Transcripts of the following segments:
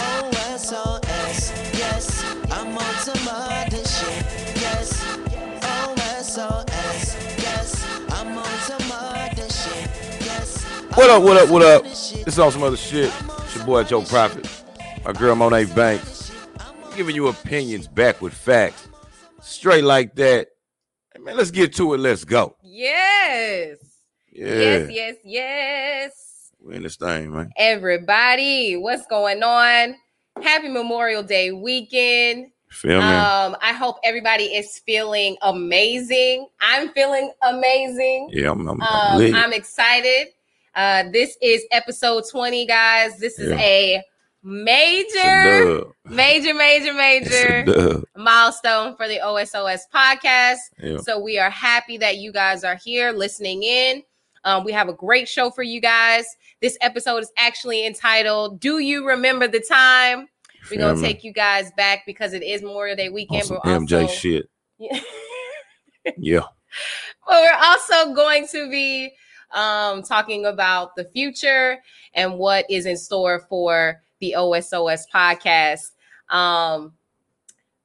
Oh, SOS, yes, I'm on some other shit, yes. Oh, SOS, yes, I'm on some other shit, yes. What up, what up, what up? This is all some other shit. It's your boy Joe Prophet, my girl Monet Banks. Giving you opinions back with facts. Straight like that. Hey, man, let's get to it. Let's go. Yes. Yeah. Yes, yes, yes. We're in this thing, man. Everybody, what's going on? Happy Memorial Day weekend. Feel me? Um, I hope everybody is feeling amazing. I'm feeling amazing. yeah, I'm, I'm, I'm Um, lit. I'm excited. Uh, this is episode 20, guys. This is Yeah. a It's a major, dub. major, It's major, a major dub. milestone for the OSOS podcast. Yeah. So we are happy that you guys are here listening in. Um, we have a great show for you guys. This episode is actually entitled "Do You Remember the Time?" We're Feel gonna me? take you guys back because it is Memorial Day on weekend. some we're MJ also, shit. Yeah. Yeah. but we're also going to be um, talking about the future and what is in store for the OSOS podcast. Um,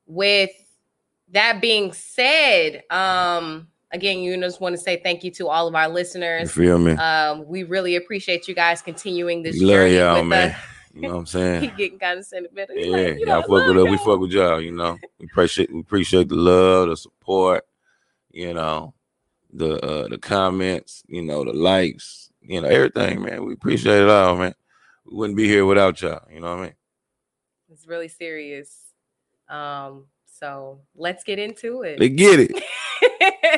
with that being said, um, again, you just want to say thank you to all of our You listeners. feel me? Um, we really appreciate you guys continuing this We love journey y'all, with man. us. You know what I'm He saying? getting kind of sentimental. He's Yeah, like, you know, y'all I fuck love with us. We y'all. fuck with y'all. You know, we appreciate we appreciate the love, the support. You know, the uh the comments. You know, the likes. You know, everything, man. We appreciate it all, man. We wouldn't be here without y'all. You know what I mean? It's really serious. Um, so let's get into it. They get it.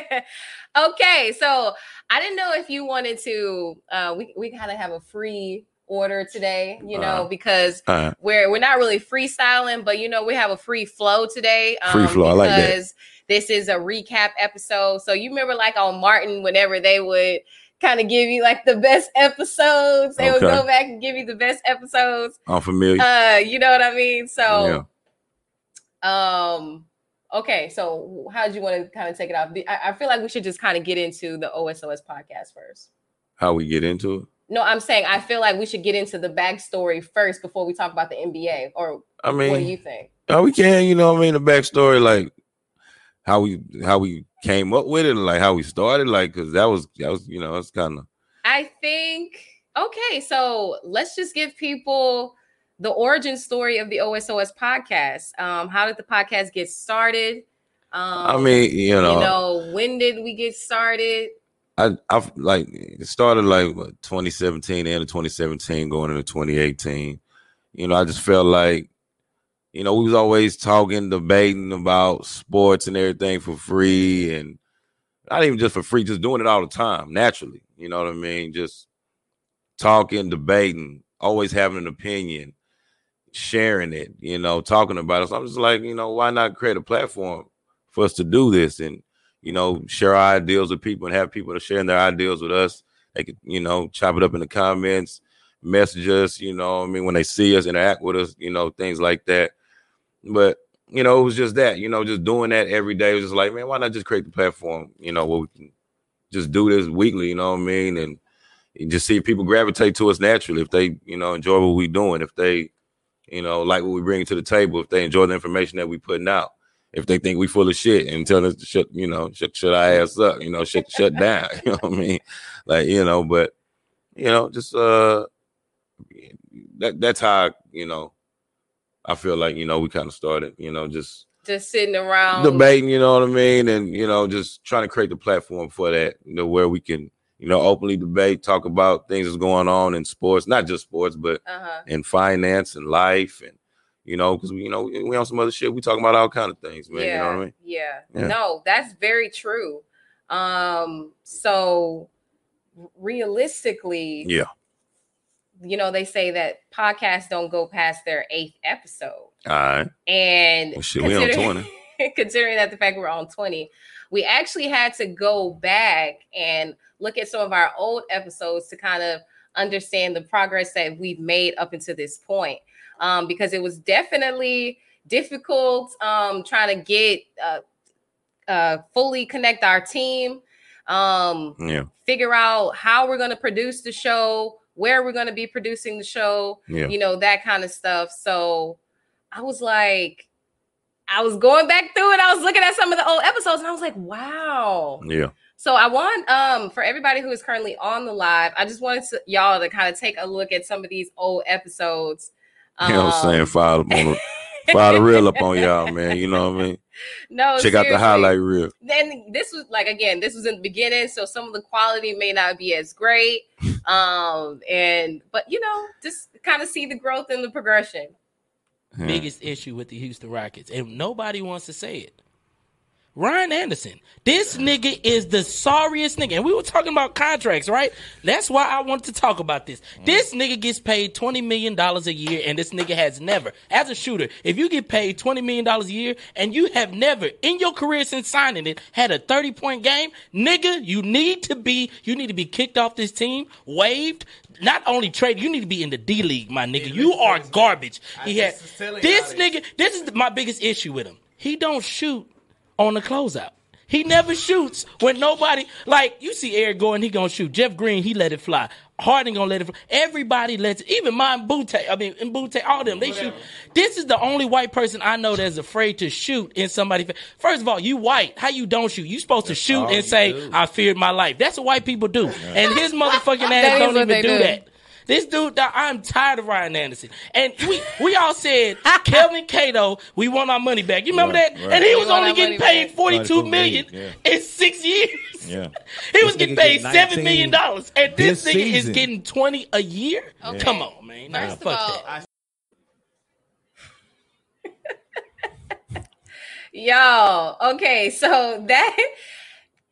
okay, so I didn't know if you wanted to. Uh, we we kind of have a free order today, you know, Uh. because All right. we're we're not really freestyling, but you know, we have a free flow today. um, Free flow, I like that. because This is a recap episode. So you remember, like on Martin, whenever they would kind of give you like the best episodes, they would Okay. go back and give you the best episodes. I'm familiar. Uh, you know what I mean? So yeah. um okay so how would you want to kind of take it off The- I, I feel like we should just kind of get into the osos podcast first How we get into it? no i'm saying i feel like we should get into the backstory first before we talk about the nba or I mean, what do you think Oh, we can, you know what I mean? The backstory, like how we how we came up with it, and like how we started, like because that was that was you know that's kind of i think okay so let's just give people the origin story of the osos podcast um how did the podcast get started um I mean uh, you know, you know when did we get started I I like it started like what, 2017 end of 2017 going into 2018. You know I just felt like you know we was always talking debating about sports and everything for free and not even just for free just doing it all the time naturally. You know what I mean? Just talking, debating, always having an opinion, sharing it, you know, talking about it. So I'm just like, you know, why not create a platform for us to do this and, you know, share our ideals with people and have people to sharing their ideals with us. They could, you know, chop it up in the comments, message us, you know, what I mean, when they see us, interact with us, you know, things like that. But you know, it was just that, you know, just doing that every day. It was just like, man, why not just create the platform, you know, where we can just do this weekly, you know what I mean? And you just see if people gravitate to us naturally if they you know enjoy what we're doing if they you know like what we bring to the table if they enjoy the information that we putting out if they think we full of shit and tell us to shut you know shut, shut our ass up you know shut shut down you know what i mean like you know but you know just uh that that's how you know i feel like you know we kind of started you know just just sitting around debating, you know what I mean, and you know, just trying to create the platform for that, you know, where we can, you know, openly debate, talk about things that's going on in sports, not just sports, but uh-huh in finance and life and You know, because we, you know, we, we on some other shit. We talking about all kind of things, man. yeah, You know what I mean? yeah. Yeah. No, that's very true. Um, so realistically, Yeah, you know, they say that podcasts don't go past their eighth episode. all right. And Well, shit, we on considering- considering that the fact we're on 20, we actually had to go back and look at some of our old episodes to kind of understand the progress that we've made up until this point. Um, because it was definitely difficult um, trying to get uh, uh, fully connect our team. Um, Yeah, figure out how we're going to produce the show, where we're going to be producing the show, yeah. you know, that kind of stuff. So I was like, I was going back through it. I was looking at some of the old episodes and I was like, wow. Yeah, So I want um for everybody who is currently on the live, I just wanted to, y'all to kind of take a look at some of these old episodes. you know what I'm Um. saying? File up on the, file the reel up on y'all, man. You know what I mean? No, Check out the Oh, seriously. highlight reel. then this was like again this was in the beginning so some of the quality may not be as great um and but you know just kind of see the growth and the progression Yeah. biggest issue with the Houston Rockets, and nobody wants to say it. Ryan Anderson, this nigga is the sorriest nigga. And we were talking about contracts, right? That's why I wanted to talk about this. This nigga gets paid $20 million a year, and this nigga has never, as a shooter, if you get paid $20 million a year and you have never in your career since signing it had a 30 point game, nigga, you need to be, you need to be kicked off this team, waived, not only traded, you need to be in the D League, my nigga. You are garbage. He had, just was telling this y'all nigga, this is my biggest issue with him. He don't shoot on the closeout. He never shoots when nobody like you see Eric Gordon, he gonna shoot. Jeff Green, he let it fly. Harden gonna let it fly. Everybody lets it. Even my Mbute, I mean Mbute, all them, they shoot. This is the only white person I know that's afraid to shoot in somebody. fa- First of all, you white. How you don't shoot? You supposed to shoot all and you say, do. I feared my life. That's what white people do. And his motherfucking ass is don't what even they do do. that. This dude, dog, I'm tired of Ryan Anderson. And we we all said, Kelvin Cato, we want our money back. You remember Right, that? right. And he We was want only our getting money paid back. forty-two 42 million million, in six years. Yeah. He was This getting nigga paid get seven 19 million dollars, and this, this nigga is season. getting twenty a year. Come on, man. Nah, First of fuck all, that. y'all okay so that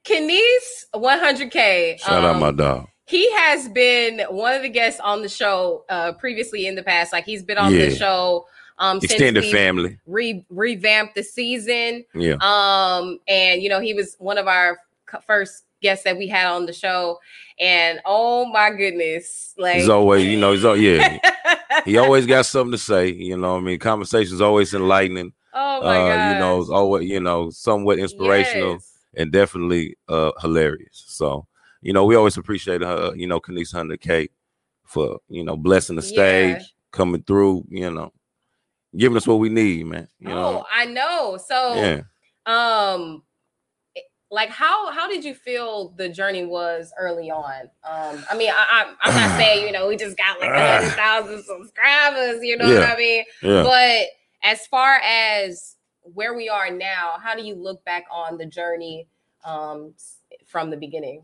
Kenise 100k Shout out um, my dog. he has been one of the guests on the show uh previously in the past like he's been on the Yeah. show um since Extended we family. re- revamped the season Yeah. Um, and you know, he was one of our c- first guests that we had on the show, and oh my goodness, like He's always, you know, he's al- yeah. He always got something to say. You know, what I mean, conversation's always enlightening. oh my uh, god, you know, it's always, you know, somewhat inspirational Yes. and definitely uh hilarious. So, you know, we always appreciate her, you know, Kenise Hunter K for, you know, blessing the Yeah. stage, coming through, you know, giving us what we need, man. You Oh, know. I know. So, Yeah. um, it- like how how did you feel the journey was early on? Um, I mean, I, I, I'm not saying you know we just got like a hundred thousand subscribers, you know what Ah. Yeah. I mean? Yeah. But as far as where we are now, how do you look back on the journey um, s- from the beginning?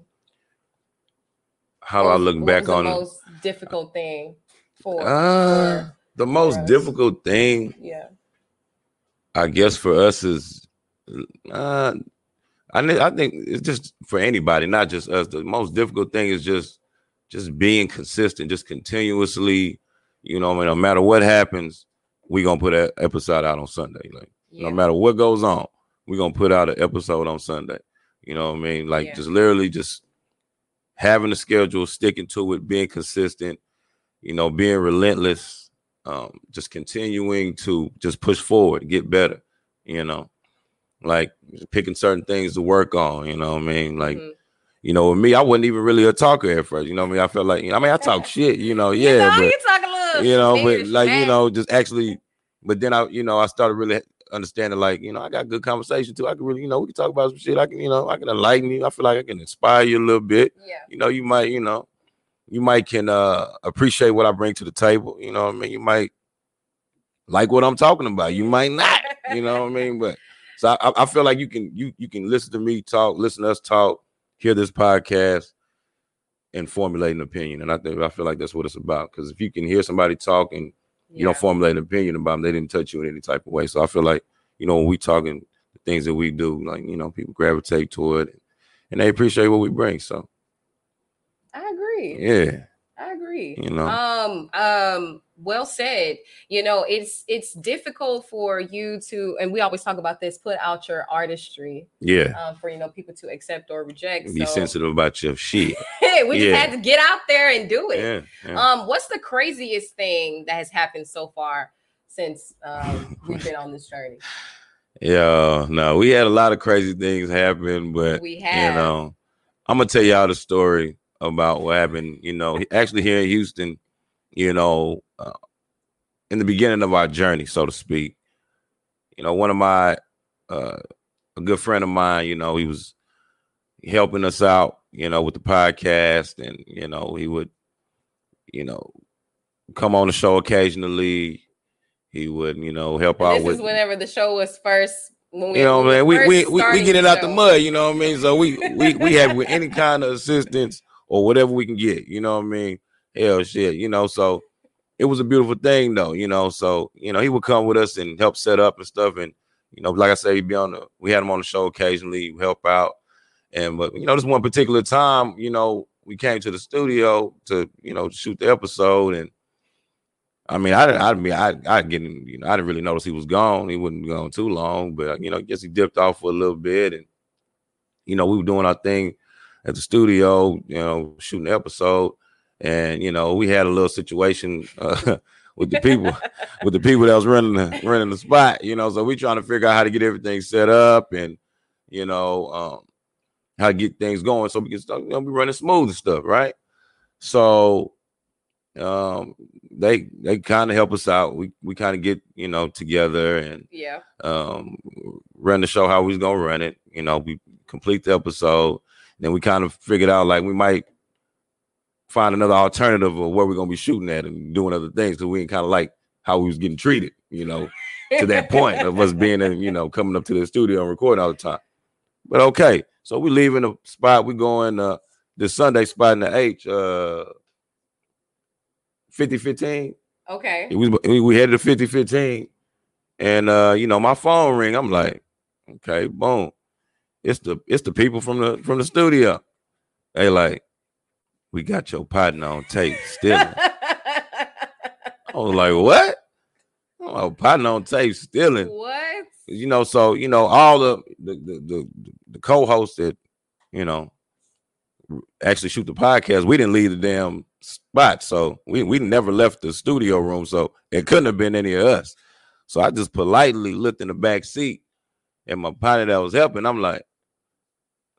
How do I What was- look what back was on the it? most difficult thing for? Uh, the most us? difficult thing yeah, I guess for us is, uh, I ne- I think it's just for anybody, not just us. The most difficult thing is just just being consistent, just continuously. You know, I mean, no matter what happens, we gonna put an episode out on Sunday. Like yeah, no matter what goes on, we gonna put out an episode on Sunday. You know what I mean? Like Yeah. just literally just having a schedule, sticking to it, being consistent, you know, being relentless, um, just continuing to just push forward, get better, you know. Like picking certain things to work on, you know what I mean? Like, Mhm. you know, with me, I wasn't even really a talker at first. You know what I mean? I felt like I mean I talk shit, you know, yeah. you know, but- you talk a little, you know, but serious like you smack. know, just actually. But then I, you know, I started really understanding, like you know, I got good conversation too. I can really, you know, we can talk about some shit. I can, you know, I can enlighten you. I feel like I can inspire you a little bit. yeah, You know, you might, you know, you might can uh appreciate what I bring to the table. You know, what I mean, you might like what I'm talking about. You might not. You know what I mean? But so I- I, I feel like you can you you can listen to me talk, listen to us talk, hear this podcast, and formulate an opinion. And I think I feel like that's what it's about. Because if you can hear somebody talk and You don't formulate an opinion about them. They didn't touch you in any type of way. So I feel like, you know, when we talking the things that we do, like, you know, people gravitate toward it and they appreciate what we bring. So I agree. yeah. I agree. You know. Um, um, well said. You know, it's it's difficult for you to, and we always talk about this, put out your artistry Yeah. um for you know people to accept or reject. Be so- sensitive about your shit. we just Yeah. had to get out there and do it. yeah. yeah. Um, what's the craziest thing that has happened so far since um, we've been on this journey? Yeah, no, we had a lot of crazy things happen, but We you have. know, I'm gonna tell y'all the story about what happened. You know, he- actually here in Houston, you know, uh, in the beginning of our journey, so to speak. You know, one of my uh, a good friend of mine, you know, he was helping us out, you know, with the podcast, and you know, he would, you know, come on the show occasionally. He would, you know, help out this with is whenever the show was first. When you know what I'm saying? We were we, first we, we starting get it out the show. mud, you know what I mean? So we we we have with any kind of assistance or whatever we can get, you know what I mean? Hell shit, you know, so it was a beautiful thing though, you know. So, you know, he would come with us and help set up and stuff. And, you know, like I said, he'd be on the we had him on the show occasionally, help out. And but you know, this one particular time, you know, we came to the studio to, you know, shoot the episode and I mean, I didn't. I mean, I I didn't. You know, I didn't really notice he was gone. He wasn't gone too long, but you know, I guess he dipped off for a little bit, and you know, we were doing our thing at the studio. You know, shooting the episode, and you know, we had a little situation uh, with the people, with the people that was running the, running the spot. You know, so we trying to figure out how to get everything set up, and you know, um, how to get things going so we can start. You know, be running smooth and stuff, right? So um they they kind of help us out we we kind of get you know together and Yeah. um run the show how we was gonna run it you know we complete the episode then we kind of figured out like we might find another alternative of where we're gonna be shooting at and doing other things because we didn't kind of like how we was getting treated you know to that point of us being in, you know, coming up to the studio and recording all the time. But okay, so we leaving the spot. We going uh the Sunday spot in the H uh 5015. Okay. We was- we we headed to 5015. And uh, you know, my phone ring. I'm like, okay, boom. It's the it's the people from the from the studio. They like, we got your partner on tape still. I was like, what? Oh, partner on tape stealing what? you know, so you know, all the the the, the, the co-hosts that you know actually shoot the podcast, we didn't leave the damn spot, so we we never left the studio room, so it couldn't have been any of us. So I just politely looked in the back seat, and my partner that was helping, I'm like,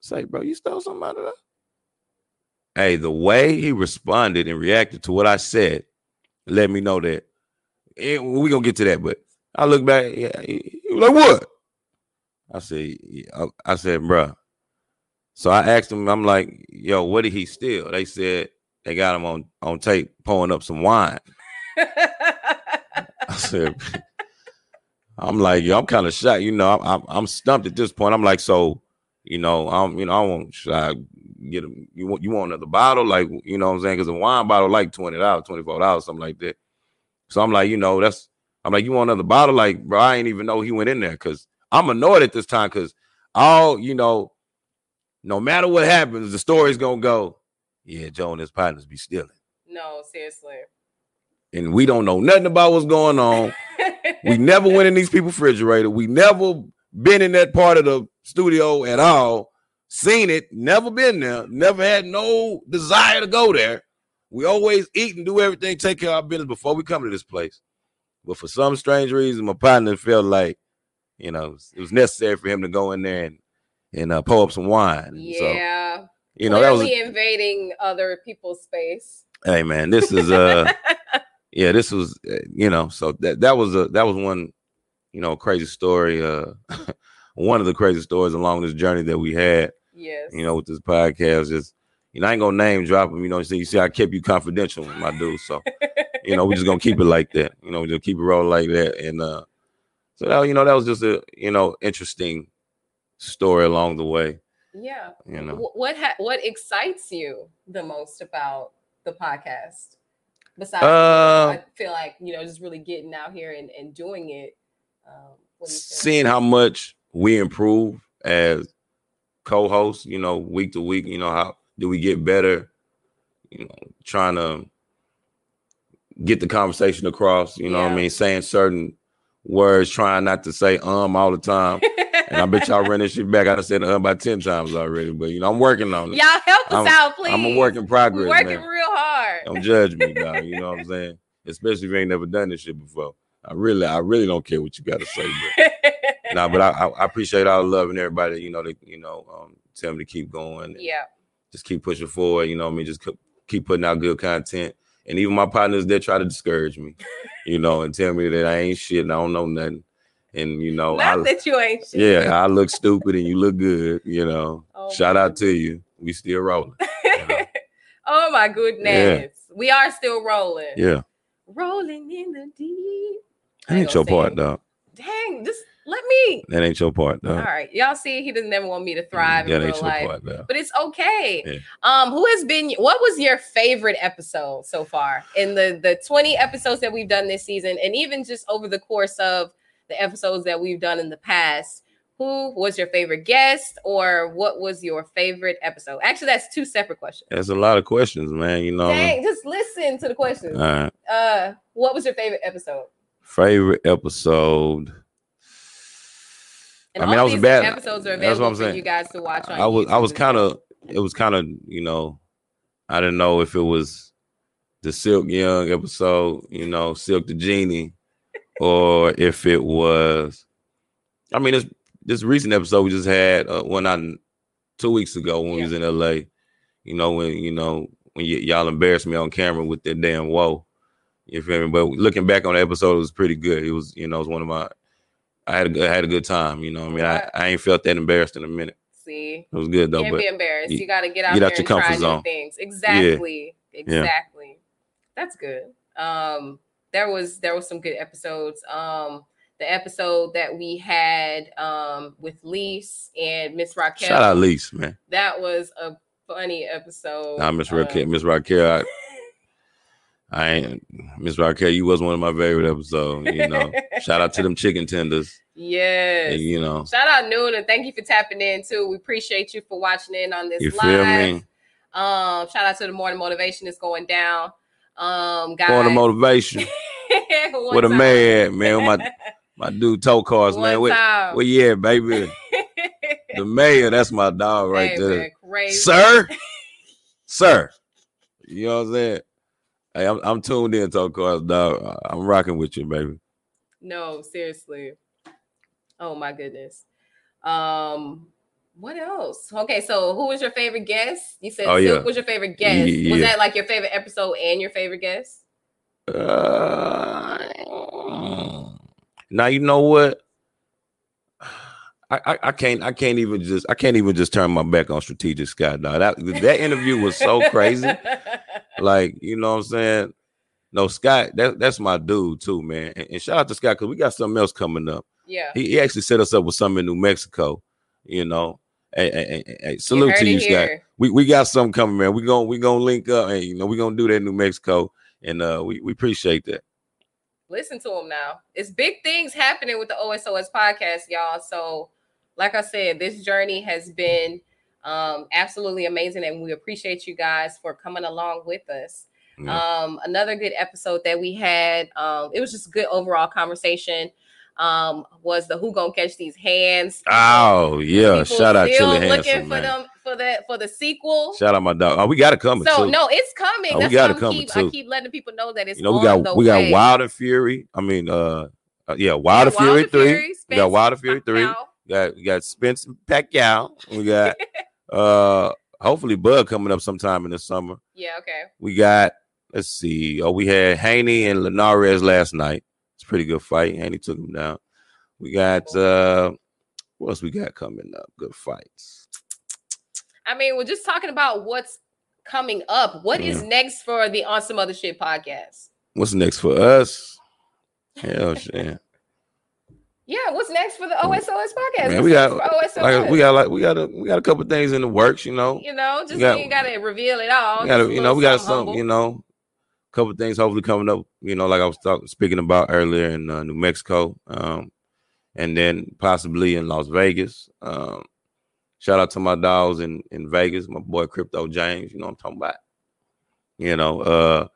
"Say, bro, you stole something out of that." Hey, the way he responded and reacted to what I said, let me know that. we gonna get to that, but I look back. Yeah, he, he was like, "What?" I said, yeah, "I I said, bruh. So I asked him. I'm like, "Yo, what did he steal?" They said they got him on on tape pulling up some wine. I said, "I'm like, yo, I'm kind of shocked. You know, I'm, I'm I'm stumped at this point. I'm like, so, you know, I'm you know, I want should I get him? You want you want another bottle? Like, you know, what I'm saying because a wine bottle like twenty dollars, twenty four dollars, something like that. So I'm like, you know, that's I'm like, you want another bottle? Like, bro, I ain't even know he went in there because I'm annoyed at this time because all you know, no matter what happens, the story's gonna go. Yeah, Joe and his partners be stealing, No, seriously. and we don't know nothing about what's going on. We never went in these people's refrigerator. We never been in that part of the studio at all. Seen it, never been there, never had no desire to go there. We always eat and do everything, take care of our business before we come to this place. But for some strange reason, my partner felt like, you know, it was, it was necessary for him to go in there and and uh, pour up some wine. And So, yeah. you know, that was Clearly invading other people's space. hey man, this is uh yeah, this was uh, you know, so that that was a that was one you know crazy story uh one of the crazy stories along this journey that we had, Yes. you know, with this podcast is you know, I ain't gonna name drop them, you know. So you see, I kept you confidential with my dude, so you know, we just gonna keep it like that. You know, we just keep it rolling like that. And uh so that you know, that was just a you know, interesting story along the way. yeah. You know. Wh- What ha- what excites you the most about the podcast? Besides, Uh, I feel like you know, just really getting out here and, and doing it. Um, what do you think? seeing how much we improve as co-hosts, you know, week to week, you know, how do we get better, you know, trying to get the conversation across, you know what Yeah. I mean, saying certain words, trying not to say um all the time. and I bet y'all ran this shit back. I done said um about 10 times already, but you know, I'm working on it. Y'all help us I'm, out, please. I'm a work in progress, We're working man. real hard. Don't judge me, dog. You know what I'm saying? Especially if you ain't never done this shit before. I really, I really don't care what you gotta say, but nah, but I, I I appreciate all the love and everybody. You know, they you know, um, tell me to keep going. and yeah, Just keep pushing forward. You know, what I mean, just keep- keep putting out good content. And even my partners, they try to discourage me, you know, and tell me that I ain't shit and I don't know nothing. And you know, not Oh, I, that you ain't. shit. yeah, I look stupid and you look good. You know, Oh, shout my out to you. We still rolling. Yeah. oh my goodness, we are still rolling. Yeah, Rolling in the deep. that ain't your part, dog. Dang, just let me. That ain't your part, All dog. right, y'all see, he doesn't never want me to thrive Uh. Mm, that in ain't real your life, part, dog. but it's okay. Yeah. Um, who has been? What was your favorite episode so far in the the twenty episodes that we've done this season, and even just over the course of the episodes that we've done in the past? Who was your favorite guest, or what was your favorite episode? Actually, that's two separate questions. That's a lot of questions, man. You know, what I mean? Dang, just listen to the questions. all right. Uh, what was your favorite episode? Favorite episode. And I mean, all I was these bad- Episodes are that's what I'm available for saying. you guys to watch. On I was I YouTube was as well. kind of it was kind of you know I didn't know if it was the Silk Young episode, you know, Silk the Genie, or if it was. I mean, this this recent episode we just had uh, when I two weeks ago when we was in L.A. You know when you know when y- y'all embarrassed me on camera with that damn whoa. You feel me? But looking back on the episode, it was pretty good. It was, you know, it was one of my. I had a good, I had a good time. You know, what I mean, I, I ain't felt that embarrassed in a minute. See, It was good though. can't but be embarrassed. y- You got to get out, get there out your and try comfort new zone. things. Exactly. Exactly. That's good. Um, there was there was some good episodes. Um, the episode that we had um with Lise and Miss Raquel. Shout out Lease, man. That was a funny episode. Nah, Miss Um, Raquel, Miss Raquel, I, I ain't Miss Raquel. You was one of my favorite episodes. You know, shout out to them chicken tenders. Yes. And, you know, Shout out Noon and thank you for tapping in too. We appreciate you for watching in on this you feel live. me? Um, shout out to the morning motivation that's going down. Um, guys, Going to motivation. One What a time. man, man. With My my dude toe cars, man. One What, time. what yeah, baby. The mayor, that's my dog right Hey, there. man, crazy. Sir. Sir. You know what I'm saying? Hey, I'm, I'm tuned in, toe cars, dog. I- I'm rocking with you, baby. No, seriously. Oh my goodness. Um, what else? Okay, so who was your favorite guest? You said Oh, Silk yeah. was your favorite guest. Ye- Was yeah. that like your favorite episode and your favorite guest? Uh, now you know what? I, I I can't I can't even just I can't even just turn my back on strategic Scott. Now that that interview was so crazy. Like you know what I'm saying? No Scott, that that's my dude too, man. And, and shout out to Scott because we got something else coming up. yeah. He, he actually set us up with something in New Mexico. You know, hey, hey, hey, hey, hey, salute heard to it you, Scott here. we we got something coming, man. We gonna we gonna link up, and you know we gonna do that in New Mexico, and uh, we we appreciate that. listen to him now. It's big things happening with the OSOS podcast, y'all. So, like I said, this journey has been um, absolutely amazing, and we appreciate you guys for coming along with us. Yeah. Um, another good episode that we had, um, it was just good overall conversation. Um, was the who gonna catch these hands? Oh yeah, People shout out still Chili looking Hanson, for man. them for the for the sequel. Shout out my dog. Oh, we got it coming so too. no, it's coming. Oh, we That's got it why I'm coming, keep, too. I keep letting people know that it's you know we on got the we way. got Wild and Fury. I mean, uh, uh, yeah, Wild and Yeah, Wild Fury and three. we Fury, got Spence Wild and Fury three. Now, We got we got Spence and Pacquiao. We got uh, hopefully Bud coming up sometime in the summer. Yeah, okay. We got, let's see. Oh, we had Haney and Linares last night. It's a pretty good fight. Haney took him down. We got uh what else we got coming up? Good fights. I mean, we're just talking about what's coming up. What Mm. is next for the On Some Other Shit podcast? What's next for us? Hell shit. Yeah, what's next for the OSOS Mm. podcast? Man, What's we next got for OSOS. like we got like we got a we got a couple things in the works, you know. you know, just got- you got to reveal it all. We got just a, a you know, little we got some, something humble. you know. couple things hopefully coming up. You know, like I was talk- speaking about earlier in uh, New Mexico, um, and then possibly in Las Vegas. Um, shout out to my dogs in in Vegas, my boy Crypto James. You know what I'm talking about. You know, uh,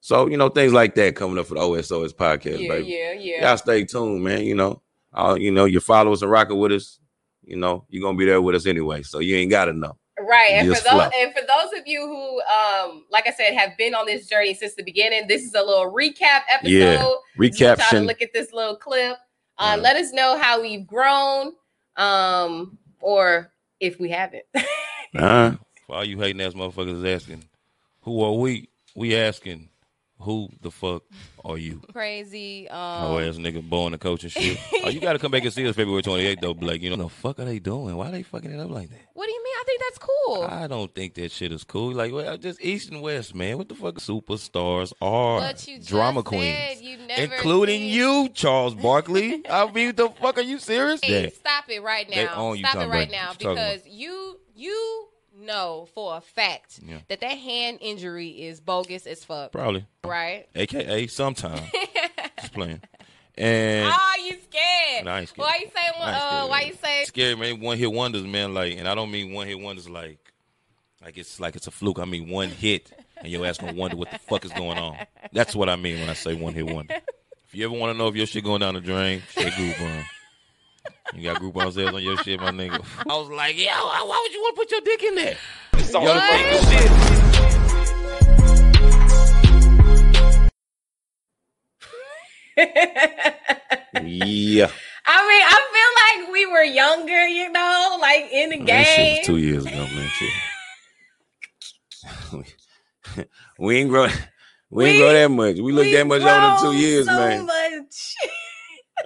so you know things like that coming up for the OSOS podcast, Yeah, baby. yeah, yeah. Y'all stay tuned, man. You know, uh, you know your followers are rocking with us. You know, you're gonna be there with us anyway, so you ain't gotta know. Right. And Just for those flow. and for those of you who um like I said have been on this journey since the beginning, this is a little recap episode. Yeah. Just want y'all to Recaption. look at this little clip. Uh, Yeah. let us know how we've grown um or if we haven't. Uh, For all you hating ass motherfuckers asking, who are we? We asking, who the fuck are you? Crazy. Whole Um, ass nigga born to coach and shit. oh, you gotta come back and see us February 28th though, Blake. You know the fuck are they doing? Why they fucking it up like that? what do you mean? I think that's cool. I don't think that shit is cool. Like, well, just East and West, man. What the fuck superstars are? But you just drama said queens, you never including did. you, Charles Barkley. I mean, the fuck are you serious? Hey, Yeah. stop it right They now. own you, stop Tom it right Brady. now What you talking about? because you you know for a fact Yeah. that that hand injury is bogus as fuck. Probably. Right? AKA sometime. just playing. And Oh, you scared? And I ain't scared. Why you say? I ain't Uh, scared. why you say? scary man one hit wonders man like and i don't mean one hit wonders like like it's like it's a fluke i mean one hit and your ass gonna wonder what the fuck is going on that's what i mean when i say one hit wonder if you ever want to know if your shit going down the drain shit groupon you got groupon sales on your shit my nigga i was like yo why would you want to put your dick in there it's all What? shit yeah, I mean, I feel like we were younger, you know, like in the that shit game. was two years ago, man. Shit. we ain't grow. We ain't We- grow that much. We look We've that much older grown in two years, so man. much.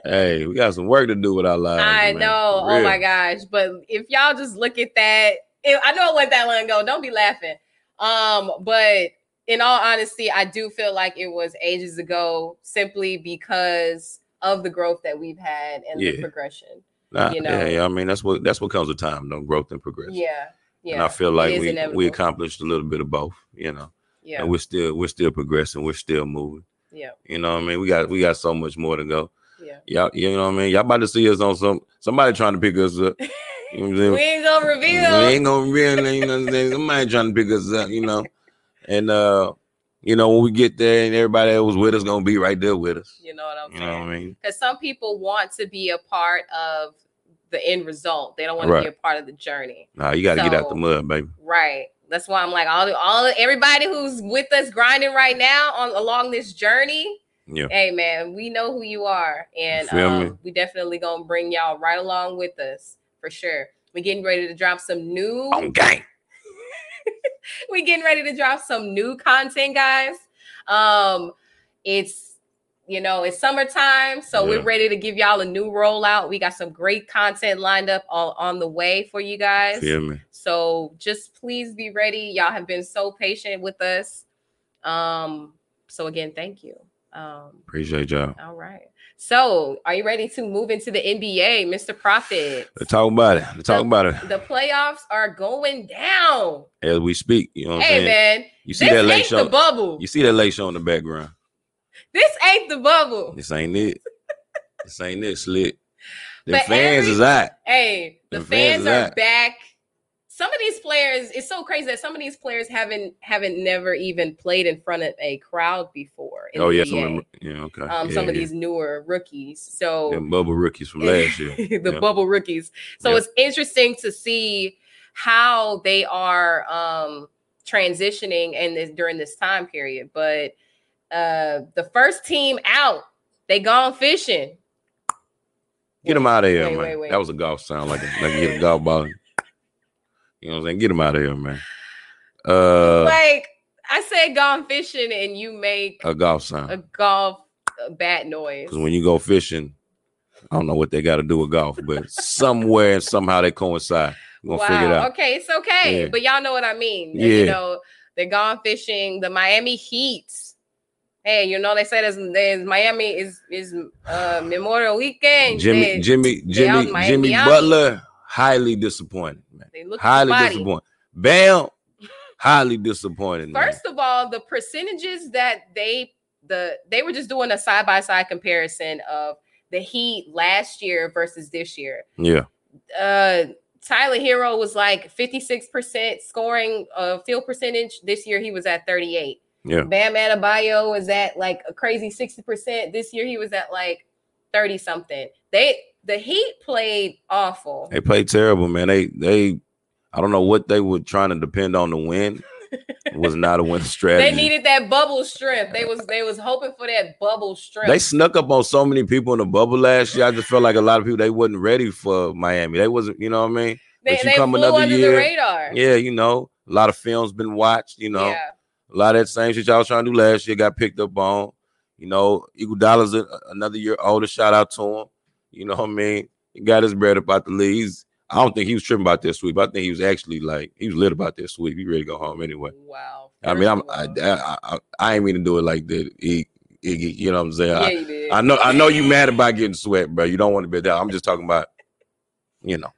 Hey, we got some work to do with our lives. I man. know. For Oh real. my gosh. But if y'all just look at that, if, I know it wasn't that long ago. Don't be laughing. Um, but in all honesty, I do feel like it was ages ago simply because of the growth that we've had and the Yeah. progression. Nah, you know. yeah, yeah, I mean that's what that's what comes with time, though, growth and progression. Yeah. Yeah. And I feel is like we inevitable. we accomplished a little bit of both, you know. yeah. And we're still we're still progressing, we're still moving. yeah. You know what I mean? We got we got so much more to go. Yeah. Y'all, you know what I mean? Y'all about to see us on some somebody trying to pick us up. You know what I'm saying? We ain't gonna We reveal. ain't gonna be in there, you know what I'm saying? Somebody trying to pick us up, you know. And uh, you know, when we get there and everybody that was with us gonna be right there with us. you know what I'm You saying? know what I mean? because some people want to be a part of the end result. They don't want Right. to be a part of the journey. Nah, you gotta get out So- the mud, baby. Right. That's why I'm like all the, all everybody who's with us grinding right now on along this journey. Yeah. Hey man, we know who you are, and feel me? um, we definitely gonna bring y'all right along with us for sure. We're getting ready to drop some new. On gang. we getting ready to drop some new content, guys. Um, it's you know it's summertime, so Yeah. we're ready to give y'all a new rollout. We got some great content lined up all on the way for you guys. Feel me? So just please be ready. Y'all have been so patient with us. Um, so again, thank you. Um, Appreciate y'all. all right. So are you ready to move into the NBA, Mr. Profit? Let's talk about it. Let's talk So- about it The playoffs are going down. as we speak. You know what I'm Hey saying? man, Oh, You see this that late ain't show. the bubble. You see that late show in the background. This ain't the bubble. This ain't it. this ain't it, slick. The But fans every- is out. Hey, the, The fans fans, is are out. back. Some of these players, it's so crazy that some of these players haven't haven't never even played in front of a crowd before. in Oh the yeah, NBA. some of them, yeah, okay. um, yeah, some of yeah. these newer rookies. So Them bubble rookies from last year. the Yeah. bubble rookies. So Yeah. it's interesting to see how they are um, transitioning and this, during this time period. But uh, the first team out, they gone fishing. Get them out of here, Wait, man. wait, wait. That was a golf sound like a, like you hit a golf ball. You know what I'm saying? Get them out of here, man. Uh, like I said, gone fishing, and you make a golf a sound. golf a bat noise. Because when you go fishing, I don't know what they got to do with golf, but somewhere somehow they coincide. We're gonna figure it out. Okay, it's okay, Yeah. but y'all know what I mean. And, Yeah. You know, they're gone fishing. The Miami Heat. Hey, you know they say there's, there's Miami is is uh, Memorial Weekend. Jimmy, They- Jimmy, out Jimmy, in Miami. Jimmy Butler, highly disappointed, man. They look Highly body. disappointed. Bam, highly disappointed. man. First of all, the percentages that they the they were just doing a side by side comparison of the Heat last year versus this year. yeah. Uh Tyler Hero was like 56% scoring uh field percentage. This year he was at 38. Yeah. Bam Adebayo was at like a crazy 60%. This year he was at like 30 something. They the Heat played awful. They played terrible, man. They they I don't know what they were trying to depend on to win. It was not a win strategy. They needed that bubble strength. They was they was hoping for that bubble strength. They snuck up on so many people in the bubble last year. I just felt like a lot of people they wasn't ready for Miami. They wasn't, you know what I mean? They- But you they flew under the radar. Yeah, you know, a lot of films been watched. You know, Yeah. a lot of that same shit y'all was trying to do last year got picked up on. You know, Iguodala's a, another year older. Shout out to him. You know what I mean? He got his bread up out the league. He's, I don't think he was tripping about this sweep. I think he was actually like he was lit about this sweep. He ready to go home anyway. Wow. I mean, I'm I, I I I ain't mean to do it like that. He, Iggy, you know what I'm saying? Yeah, I, you did. I know I know you mad about getting sweat, bro. You don't want to be there. I'm just talking about, you know.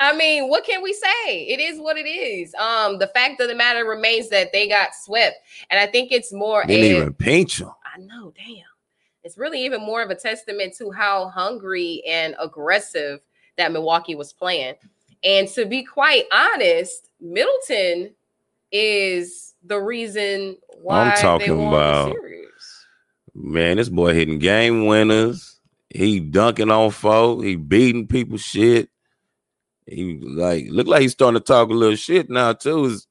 I mean, what can we say? It is what it is. Um, the fact of the matter remains that they got swept, and I think it's more Didn't a- even paint you. I know, damn. It's really even more of a testament to how hungry and aggressive that Milwaukee was playing. And to be quite honest, Middleton is the reason why I'm they talking won about the series. man. This boy hitting game winners. He dunking on folk. He beating people shit. He like look like he's starting to talk a little shit now too. Is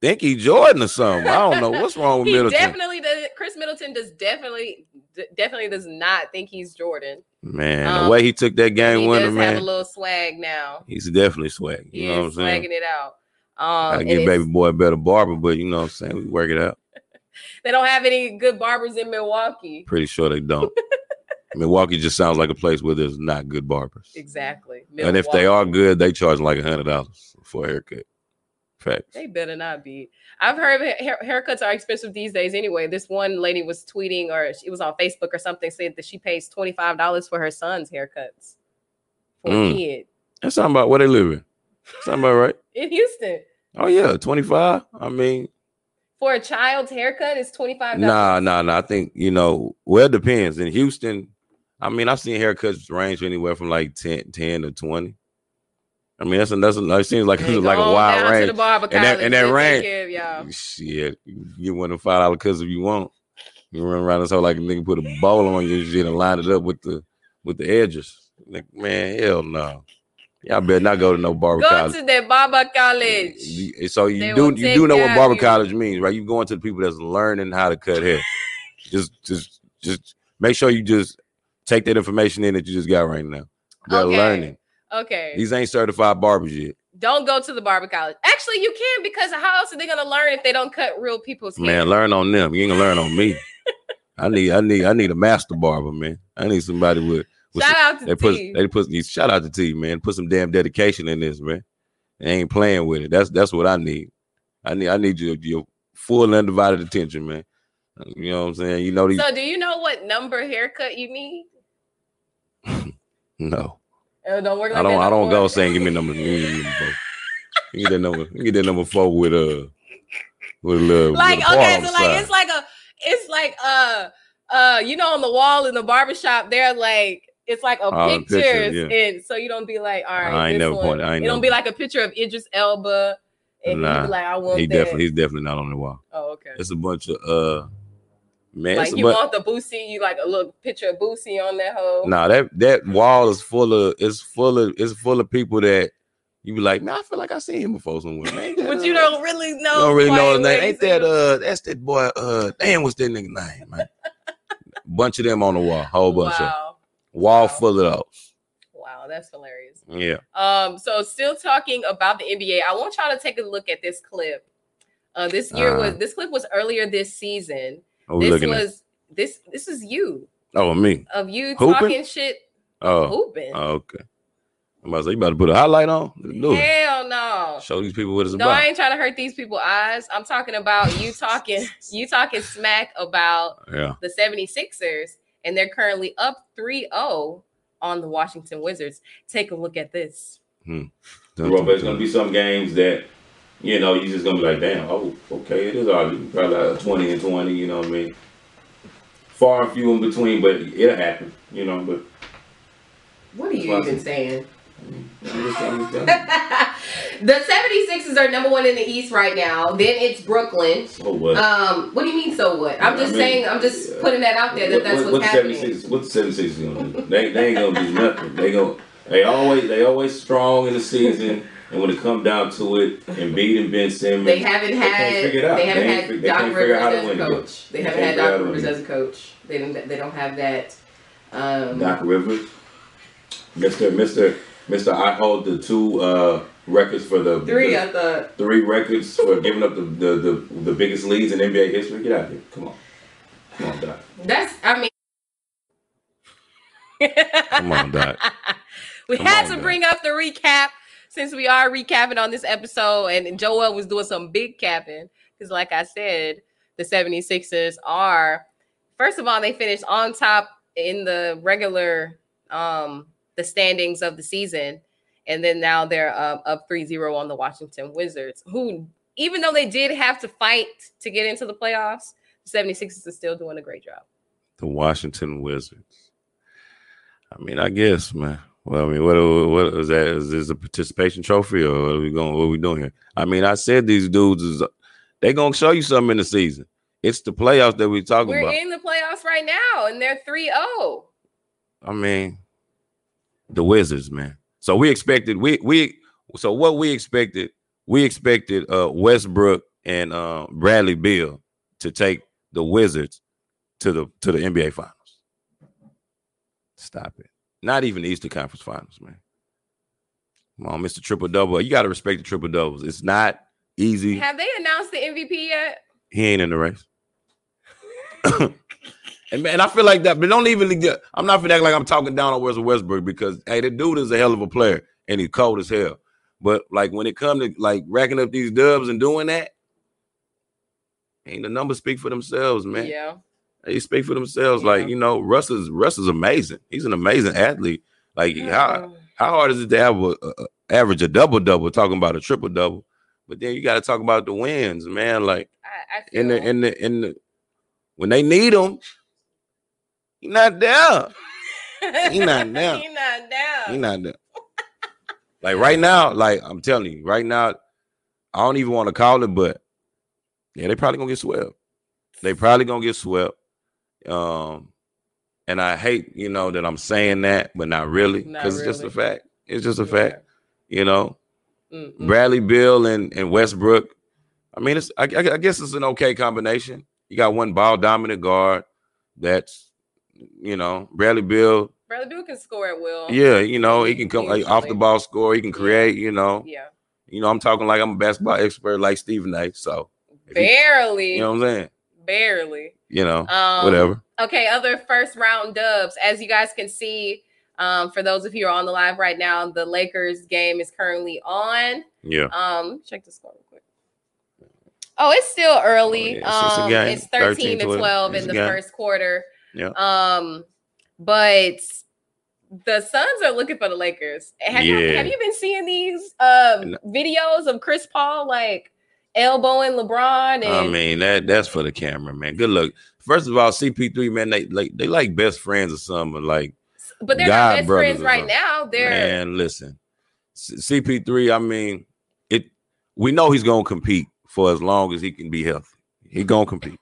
think he Jordan or something? I don't know what's wrong with he Oh, Middleton. definitely does. Chris Middleton does definitely, d- definitely does not think he's Jordan. man, Um, the way he took that game he winner, does have a man, little swag now. he's definitely swag. You He know what I'm is saying? swagging it out. Um, I and give it's- baby boy a better barber, but you know what I'm saying? We work it out. they don't have any good barbers in Milwaukee. Pretty sure they don't. Milwaukee just sounds like a place where there's not good barbers. Exactly. And if they Milwaukee. are good, they charge like a hundred dollars for a haircut. Fact. They better not be. I've heard hair, haircuts are expensive these days anyway. This one lady was tweeting or she was on Facebook or something said that she pays $25 for her son's haircuts for a Mm. kid That's something about where they live in. Something about right. in Houston. Oh yeah, twenty five. I mean, For a child's haircut is $25. nah, nah, nah. I think you know. Well, it depends. In Houston, I mean, I've seen haircuts range anywhere from like 10, 10 to twenty. I mean, that's a, that's a, that seems like They like a gone wide down to the range. barber and that college and that just to range, give y'all. shit, you want a five dollar cuss if you want. You run around this hole like a nigga put a bowl on your shit and line it up with the with the edges. Like man, hell no. Y'all better not go to no barber Go college. to the barber college. You- eh, So you They will do you take do know care what of barber you. college means, right? You going to the people that's learning how to cut hair. just just just make sure you just take that information in that you just got right now. They're Okay. learning. Okay. These ain't certified barbers yet. don't go to the barber college. Actually, you can because how else are they going to learn if they don't cut real people's hair? Man, learn on them. You ain't gonna learn on me. I need, I need, I need a master barber, man. I need somebody with. with Shout some- out to they put, T. they put, these- shout out to T, man. Put some damn dedication in this, man. They ain't playing with it. That's that's what I need. I need, I need your your full and undivided attention, man. You know what I'm saying? You know these? So, do you know what number haircut you need? no, Oh, don't work like I don't, that I no don't more. go saying give me number. give me number four. You get that number. You get that number four with uh with a little like with a part okay on so the uh, like side. it's like a it's like uh uh you know on the wall in the barbershop they're like it's like a Oh, the picture, picture, yeah. and so you don't be like all right I ain't this never one. pointed- I ain't it don't never- be like a picture of Idris Elba and you Nah, be like I want he that definitely, he's definitely not on the wall. oh okay It's a bunch of uh man. like it's a you bu- want the Boosie you like a little picture of Boosie on that hoe nah, that that wall is full of it's full of it's full of people that you be like, man, I feel like I seen him before somewhere. Man, that, but uh, you don't really know you don't really know his quite name. where Ain't he's that uh that's that boy uh damn what's that nigga name, man? bunch of them on the wall, whole bunch of wow wall full of those. wow that's hilarious Yeah. Um, so still talking about the NBA, I want y'all to take a look at this clip. Uh, this year was Uh. this clip was earlier this season. What we This looking at? was this this is you Oh me. of you Hooping? talking shit. Oh, hooping. oh okay. I'm about to say you about to put a highlight on. Let's do it. Hell no. Show these people what it's No, about. I ain't trying to hurt these people's eyes. I'm talking about you talking you talking smack about Yeah. the 76ers, and they're currently up 3-0 on the Washington Wizards. Take a look at this. Hmm. Well, but it's gonna be some games that you know, you just gonna be like, damn, oh, okay, it is all probably like a twenty and twenty. You know what I mean? Far and few in between, but it'll happen. You know, but What are you Well, even saying? I'm just, I'm just telling you. The 76ers are number one in the East right now. Then it's Brooklyn. So Oh, what? Um, what do you mean, so what? I'm I just mean, saying, I'm just putting that out there that What- that's what, what's what happening. 76 What the 76 gonna do? They, they ain't gonna do nothing. They going they always they always strong in the season, and when it come down to it, and beating Ben Simmons, They haven't can't had- figure it out. they haven't ain't had fi- they Doc can't figure out how Rivers to as win. a coach. They haven't had can't figure out Doc how to Rivers win. as a coach. They don't, they don't have that. Um, Doc Rivers, Mister Mister Mister. I hold the two uh, records for the three, the- I thought. three records for giving up the, the, the, the biggest leads in NBA history. Get out of here. Come on. Come on, Doc. That's, I mean, Come on, Doc. we Come had on, to man. bring up the recap since we are recapping on this episode, and Joel was doing some big capping because, like I said, the 76ers are first of all, they finished on top in the regular um the standings of the season, and then now they're um, up 3-0 on the Washington Wizards, who even though they did have to fight to get into the playoffs, the 76ers are still doing a great job. The Washington Wizards. I mean, I guess, man. Well, I mean, what what is that? Is this a participation trophy, or what are we going? What are we doing here? I mean, I said these dudes is they gonna show you something in the season. It's the playoffs that we talking We're about. in the playoffs right now, and they're oh. 3-0. I mean, the Wizards, man. So we expected we we so what we expected we expected uh Westbrook and uh, Bradley Bill to take the Wizards to the to the NBA Finals. Stop it! Not even the Eastern Conference Finals, man. Come on, Mister Triple Double. You got to respect the triple doubles. It's not easy. Have they announced the MVP yet? He ain't in the race. and man, I feel like that, but don't even get- I'm not finna act like I'm talking down on Russell Westbrook because hey, the dude is a hell of a player and he's cold as hell. But like when it comes to like racking up these dubs and doing that, ain't the numbers speak for themselves, man. Yeah. They speak for themselves. Like, you know, Russ is Russ is amazing. He's an amazing athlete. Like how how hard is it to have a, a- a- average a double double talking about a triple double? But then you got to talk about the wins, man. Like I, in the in the in the when they need him, he not there. He not there. he not down. He not there. like right now, like I'm telling you, right now, I don't even want to call it, but yeah, they probably gonna get swept. They probably gonna get swept. Um, and I hate you know that I'm saying that, but not really, Not because it's just a really. fact. It's just a fact, you know. Mm-mm. Bradley Bill and and Westbrook. I mean, it's I, I- I guess it's an okay combination. You got one ball dominant guard that's you know Bradley Bill. Brother Bill can score at will. Yeah, you know he can come like, off the ball score. He can create. You know, Yeah. you know I'm talking like I'm a basketball expert like Stephen A. So Barely. you know what I'm saying. Barely. You know, Um, whatever. Okay, other first round dubs. As you guys can see, um, for those of you who are on the live right now, the Lakers game is currently on. Yeah. Um, let me check the score real quick. Oh, it's still early. yeah, it's- it's a um, game. it's 13, to 13 to 12 it's in a the game. first quarter. Yeah. Um, but the Suns are looking for the Lakers. Have, you, Yeah. have you been seeing these um videos of Chris Paul like elbowing LeBron? And I mean that that's for the camera, man. Good luck. First of all, CP3 man, they like they like best friends or something. Like, but they're God not best brothers friends or right something. now. They're Man, listen, C- CP3. I mean, it. We know he's gonna compete for as long as he can be healthy. He gonna compete.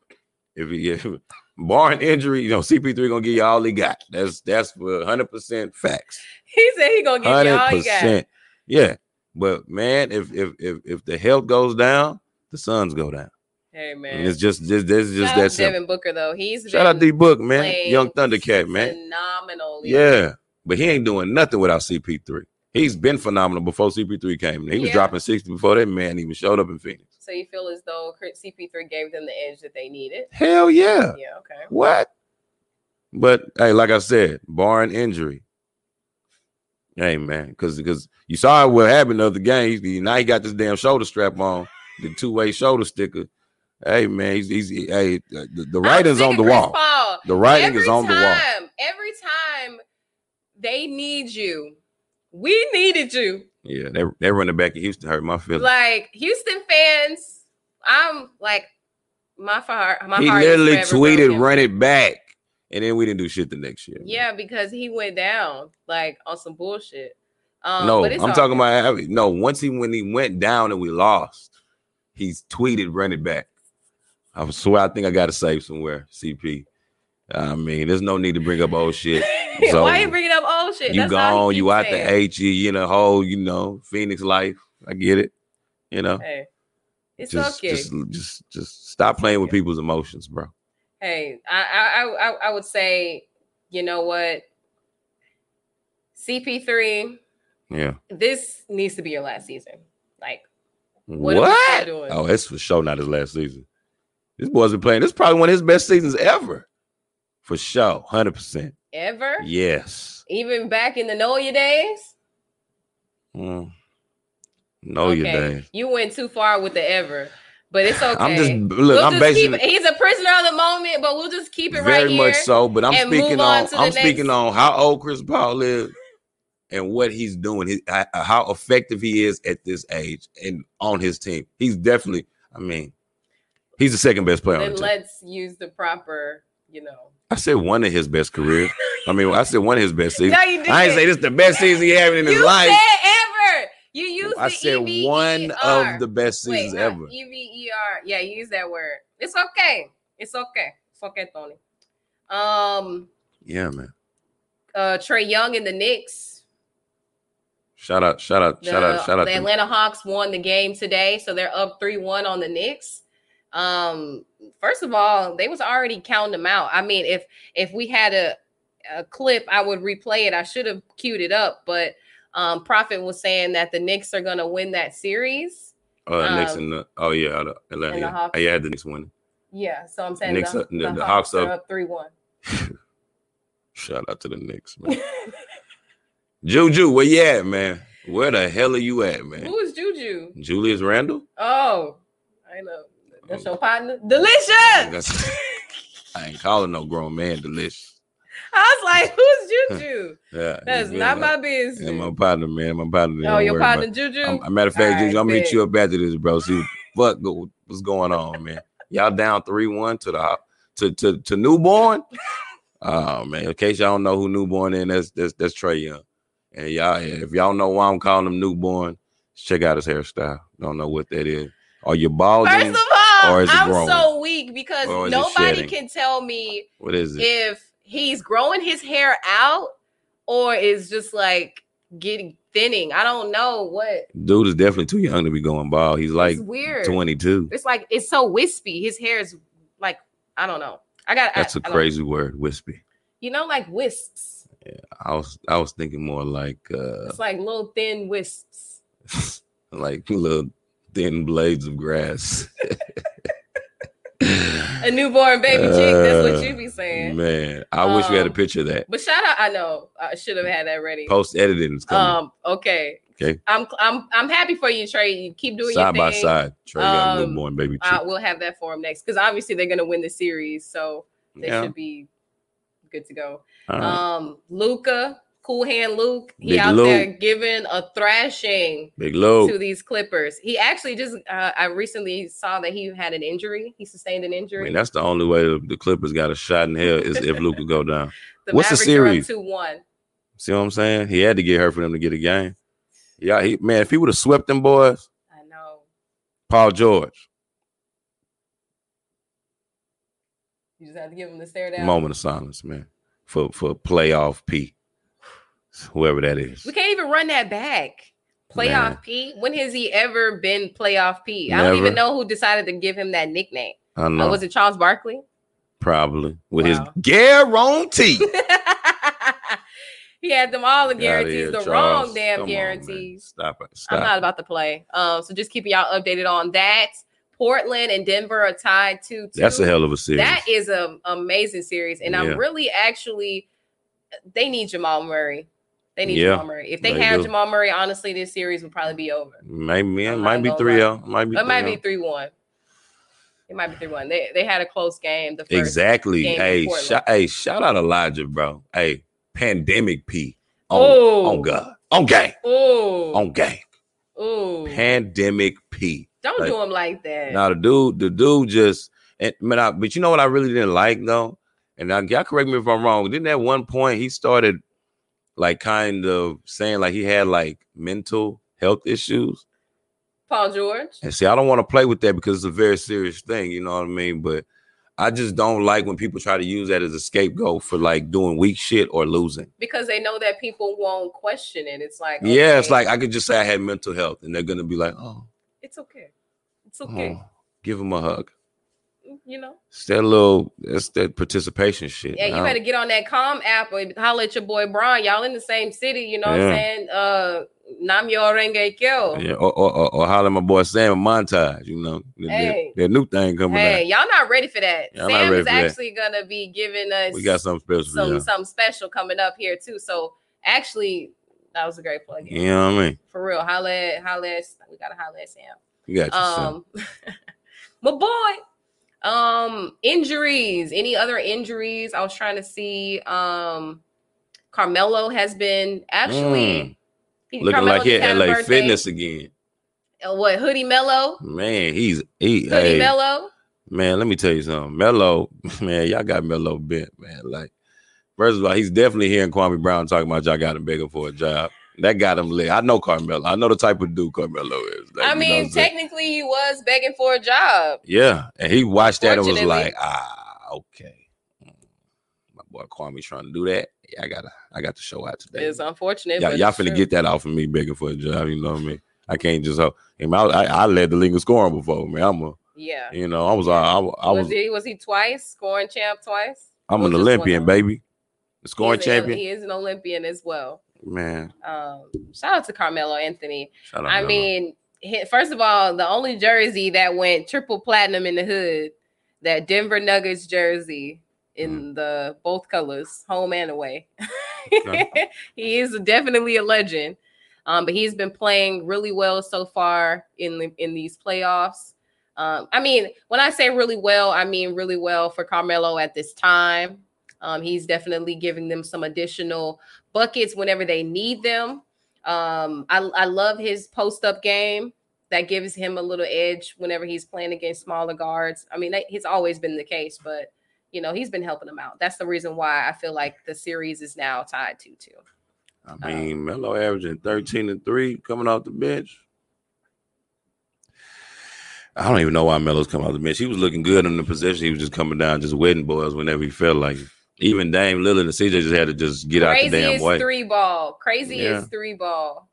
If he, if, barring injury, you know, CP3 gonna give you all he got. That's that's for hundred percent facts. he said he gonna give you Hundred all you got. percent. Yeah, but man, if if if if the health goes down, the suns go down. Hey man. And it's just just that's just Shout out that to simple. Devin Booker though. He's Shout out been D Book, man. playing Young Thundercat, man. phenomenally. Yeah, but he ain't doing nothing without CP3. He's been phenomenal before CP3 came. He was Yeah. dropping 60 before that man even showed up in Phoenix. So you feel as though Chris- CP3 gave them the edge that they needed? Hell yeah. Yeah. Okay. What? But hey, like I said, barring injury. Hey man, because because you saw what happened the other game. He- Now he got this damn shoulder strap on, the two way shoulder sticker. Hey man, he's, he's hey the, the writing's on the Chris wall. Paul, The writing every is on the wall. time- Every time they need you, we needed you. Yeah, that that running back in Houston hurt my feelings. Like Houston fans, I'm like my heart. My he heart literally is forever broken. tweeted, "Run it back," and then we didn't do shit the next year. Yeah, because he went down like on some bullshit. Um, no, but it's I'm all- talking about I- no. Once he when he went down and we lost, he's tweeted run it back. I swear, I think I got to save somewhere. CP. I mean, there's no need to bring up old shit. It's Why you over. bringing up old shit? you That's all gone, he you keeps out saying. the H, E, you you in a whole, you know, Phoenix life. I get it. You know, Hey, it's just, okay. just just just stop playing with people's emotions, bro. Hey, I, I I I- I would say, you know what? CP3, Yeah. this needs to be your last season. Like, What? are we still doing? Oh, that's for sure not his last season. This boy's been playing. This is probably one of his best seasons ever. For sure. 100%. ever? Yes. Even back in the know your days? Mm. No, you Okay. dang. You went too far with the ever. But it's okay. I'm just- look, We'll I'm just keep- basically- he's a prisoner of the moment, but we'll just keep it right Very here. much so. But I'm and move speaking on, to the I'm next- speaking on how old Chris Paul lived and what he's doing, his, uh, uh, how effective he is at this age and on his team. He's definitely, I mean, he's the second best player on Then the team. let's use the proper, you know. I said one of his best careers. I mean, I said one of his best seasons. No, you I ain't say this the best season he having in his life. Said ever. You used I the E said EVER. one of the best seasons Wait, ever. Uh, EVER. Yeah, you use that word. It's okay. It's okay. It's okay, Tony. Um, Yeah, man. uh, Trey Young and the Knicks. Shout out, shout out, The, shout out, shout out. the to- Atlanta Hawks won the game today, so they're up three one on the Knicks. Um, first of all, they was already counting them out. I mean, if if we had a a clip, I would replay it. I should have queued it up, but um, Prophet was saying that the Knicks are going to win that series. Uh, Knicks um, and the, oh yeah, the Atlanta. and the yeah. Hawks. yeah, I had the Knicks winning. Yeah, so I'm saying Knicks the, up- the- the the Hawks Hawks are up. up three one. Shout out to the Knicks, man. Juju, where you at, man? Where the hell are you at, man? Who is Juju? Julius Randle? Oh, I know. That's Oh. your partner, Delicia. That's- I ain't calling no grown man delicious. I was like, who's Juju? Yeah, That's it's been not like- my business. And my partner, man, my partner. Oh, don't your worry about partner it. Juju? I'm- a matter of fact, All Juju, I'm gonna right, meet you up after this, bro. See what fuck go- what's going on, man. Y'all down three one to the Haw- to to to newborn. Oh man, in case y'all don't know who newborn is, that's that's that's Trey Young. And y'all, if y'all know why I'm calling him newborn, check out his hairstyle. Don't know what that is. Are you balding? First of all, or is it I'm growing? so weak because Or is it nobody shedding? can tell me What is it? if he's growing his hair out or is just like getting thinning. I don't know what. Dude is definitely too young to be going bald. He's like it's weird. 22. It's like it's so wispy. His hair is like I don't know. I got That's a I- I don't- crazy word, wispy. You know, like wisps. I was I was thinking more like uh It's like little thin wisps. like little thin blades of grass. A newborn baby chick. That's what you be Uh, saying. Man, I wish we had a Um, picture of that. But shout out. I know I should have had that ready. Post editing is coming. Um. Okay. okay. I'm I'm I'm happy for you, Trey. You keep doing Side your by thing. side, Trey Young, Um, newborn baby I chick. will have that for him next because obviously they're gonna win the series, so they Yeah. should be good to go. All right. Um, Luca, cool hand Luke, he Uh-huh. Big out there Luke. giving a thrashing Big Luke. to these Clippers. He actually just uh, I recently saw that he had an injury. He sustained an I injury. mean, that's the only way the, the Clippers got a shot in hell is if Luca go down. the What's the Mavericks are up series? Two one. See what I'm saying? He had to get hurt for them to get a game. Yeah, he man, if he would have swept them boys, I know. Paul George, You just have to give him the stare down. moment of silence, man, for for playoff P, whoever that is. We can't even run that back. Playoff Man. P. When has he ever been playoff P? I don't even Never. know who decided to give him that nickname. I don't know. Uh, was it Charles Barkley? Probably with his guarantee. He had them all the Get outta guarantees, here, the Charles. wrong damn Come on, man. guarantees. Stop it. I'm not Stop. about to play. Um, so just keeping y'all updated on that. Portland and Denver are tied two. That's a hell of a series. That is an amazing series, and Yeah. I'm really actually they need Jamal Murray. They need Yeah, Jamal Murray. If they, they have do. Jamal Murray, honestly, this series would probably be over. Maybe it might not be gonna three lie. L. Might be it might 3-0. be three one. It might be three one. They they had a close game. The first Exactly. game in Hey, Portland. sh- hey, shout out Elijah, bro. Hey, pandemic P. On, Oh. on God. On gang. Ooh. On gang. Ooh. Pandemic P. Don't Like, do him like that. Now the dude, the dude just and man, I, but you know what I really didn't like though, and I, y'all correct me if I'm wrong. Didn't at one point he started like kind of saying like he had like mental health issues, Paul George. and see, I don't want to play with that because it's a very serious thing. You know what I mean? But I just don't like when people try to use that as a scapegoat for like doing weak shit or losing. Because they know that people won't question it. It's like Yeah, it's okay, like I could just say I had mental health, and they're gonna be like, oh, it's okay. It's okay. oh, give him a hug. You know? It's that little, that's that participation shit. Yeah, I you don't- better get on that calm app or holler at your boy Brian. Y'all in the same city, you know what I'm Yeah. saying? Uh Namyo Renge Kyo. Yeah, or or, or, or holler at my boy Sam montage. You know, that- that- Hey. that, new thing coming Hey, y'all not ready for that. Y'all not Sam ready is for that. actually gonna be giving us out. We got something special. for some y'all. something special coming up here too. So actually, that was a great plug. in. You know what I mean? For real, holla, at- holla. at- We gotta holla at Sam. We got you, Sam. um, my boy. Um, injuries. Any other injuries? I was trying to see. Um, Carmelo has been actually he- Mm. looking Carmelo like he just at had a LA birthday. Fitness again. Uh, What hoodie mellow? Man, he's he. Hoodie hey, mellow. man, let me tell you something. Mello, man, y'all got Mello bent, man. Like, first of all, he's definitely hearing Kwame Brown talking about y'all got him begging for a job. That got him lit. I know Carmelo. I know the type of dude Carmelo is. Like, you know I what mean, I'm saying? technically, he was begging for a job. Yeah, and he watched that and was Fortunately. like, ah, okay. My boy Kwame trying to do that. Yeah, I gotta, I got to show out today. It's unfortunate. Y'all, but y'all it's finna true. get that off of me begging for a job. You know what I mean? I can't just. ho- And I, I, I led the league in scoring before, man. I'm a, Yeah. you know, I was, I, I, I was, was, he was he twice scoring champ twice? I'm an was this one Olympian, baby. The scoring He's an- champion, he is an Olympian as well. man. Um, shout out to Carmelo Anthony. Shout out I Melo. mean, he- first of all, the only jersey that went triple platinum in the hood, that Denver Nuggets jersey in the both colors, home and away. Okay. he is definitely a legend. Um, but he's been playing really well so far in the, in these playoffs. Um, I mean, when I say really well, I mean really well for Carmelo at this time. Um, he's definitely giving them some additional buckets whenever they need them. Um, I, I love his post up game. That gives him a little edge whenever he's playing against smaller guards. I mean, that, it's always been the case, but you know he's been helping them out. That's the reason why I feel like the series is now tied two two. I uh, mean, Melo averaging 13 and three coming off the bench. I don't even know why Melo's coming off the bench. He was looking good in the possession. He was just coming down, just wetting boys whenever he felt like it. Even Dame Lillard and CJ just had to just get out the Crazy damn is way. three ball. Crazy Yeah. is three ball.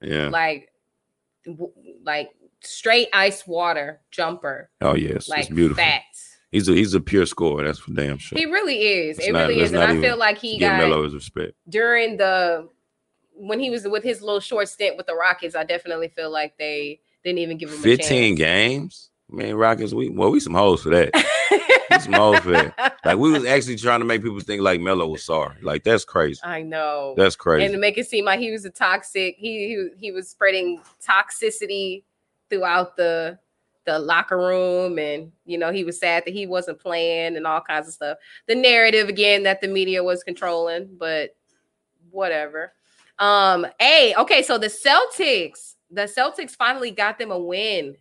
Yeah. Like, w- like straight ice water jumper. oh yes, like it's beautiful. facts. He's a he's a pure scorer. That's for damn sure. He really is. Let's it not- really let's is, and not I even feel like he give got Melo his respect. during the when he was with his little short stint with the Rockets, I definitely feel like they didn't even give him a Fifteen chance. games. Man, Rockets, we well, we some hoes for that. we some hoes for that. Like we was actually trying to make people think like Melo was sorry. Like that's crazy. I know That's crazy. Oh, and to make it seem like he was a toxic. He he, he was spreading toxicity throughout the the locker room, and you know he was sad that he wasn't playing and all kinds of stuff. The narrative again that the media was controlling, but whatever. Um, hey, okay, so the Celtics, the Celtics finally got them a win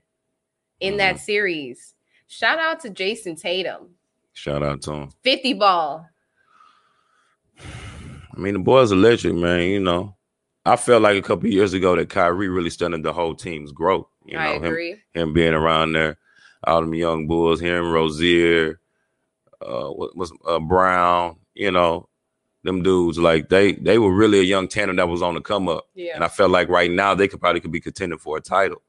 in Mm-hmm. that series. Shout out to Jason Tatum, Shout out to him. fifty ball. I mean, the boy's electric, man. You know, I felt like a couple of years ago that Kyrie really stunted the whole team's growth. You know, I him- agree. Him, being around there, all them young bulls, him, Rozier, uh, what was uh, Brown. You know, them dudes like they they were really a young tandem that was on the come up. Yeah. And I felt like right now they could probably could be contending for a title.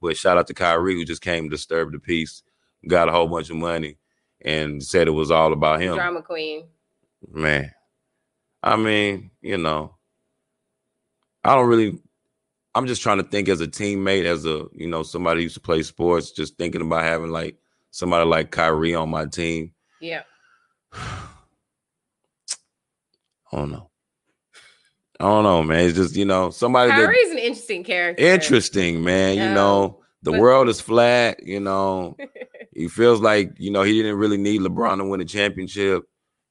But shout out to Kyrie who just came to disturb the peace, got a whole bunch of money, and said it was all about him Drama queen. man. I mean, you know, I don't really. I'm just trying to think as a teammate, as a you know somebody who used to play sports. Just thinking about having like somebody like Kyrie on my team. Yeah. I don't know. I don't know, man. It's just you know somebody that Kyrie's an interesting character. interesting, man. Yeah. You know, the But- world is flat. You know, he feels like you know he didn't really need LeBron to win a championship.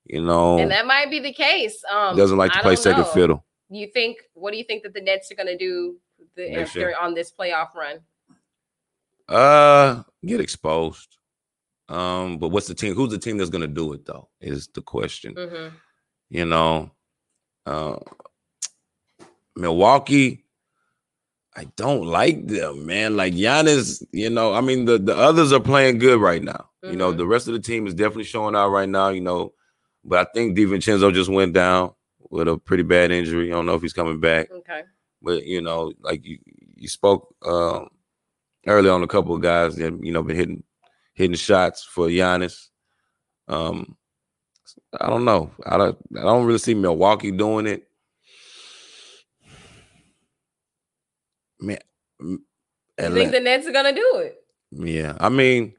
You know, and that might be the case. Um, Oh. doesn't like to I play don't second know. fiddle. you think what do you think that the Nets are going to do the, Next if year. they're on this playoff run? Uh, get exposed. Um, but what's the team? Who's the team that's gonna do it though? Is the question. Mhm. You know, uh, Milwaukee. I don't like them, man. Like Giannis, you know. I mean, the the others are playing good right now. You know, the rest of the team is definitely showing out right now. You know, but I think Divincenzo just went down with a pretty bad injury. I don't know if he's coming back Okay. but you know, like you you spoke um earlier on a couple of guys that you know been hitting hitting shots for Giannis. Um, I don't know. I don't. I don't really see Milwaukee doing it. Man, m- You Atla- think the Nets are going to do it? yeah. I mean,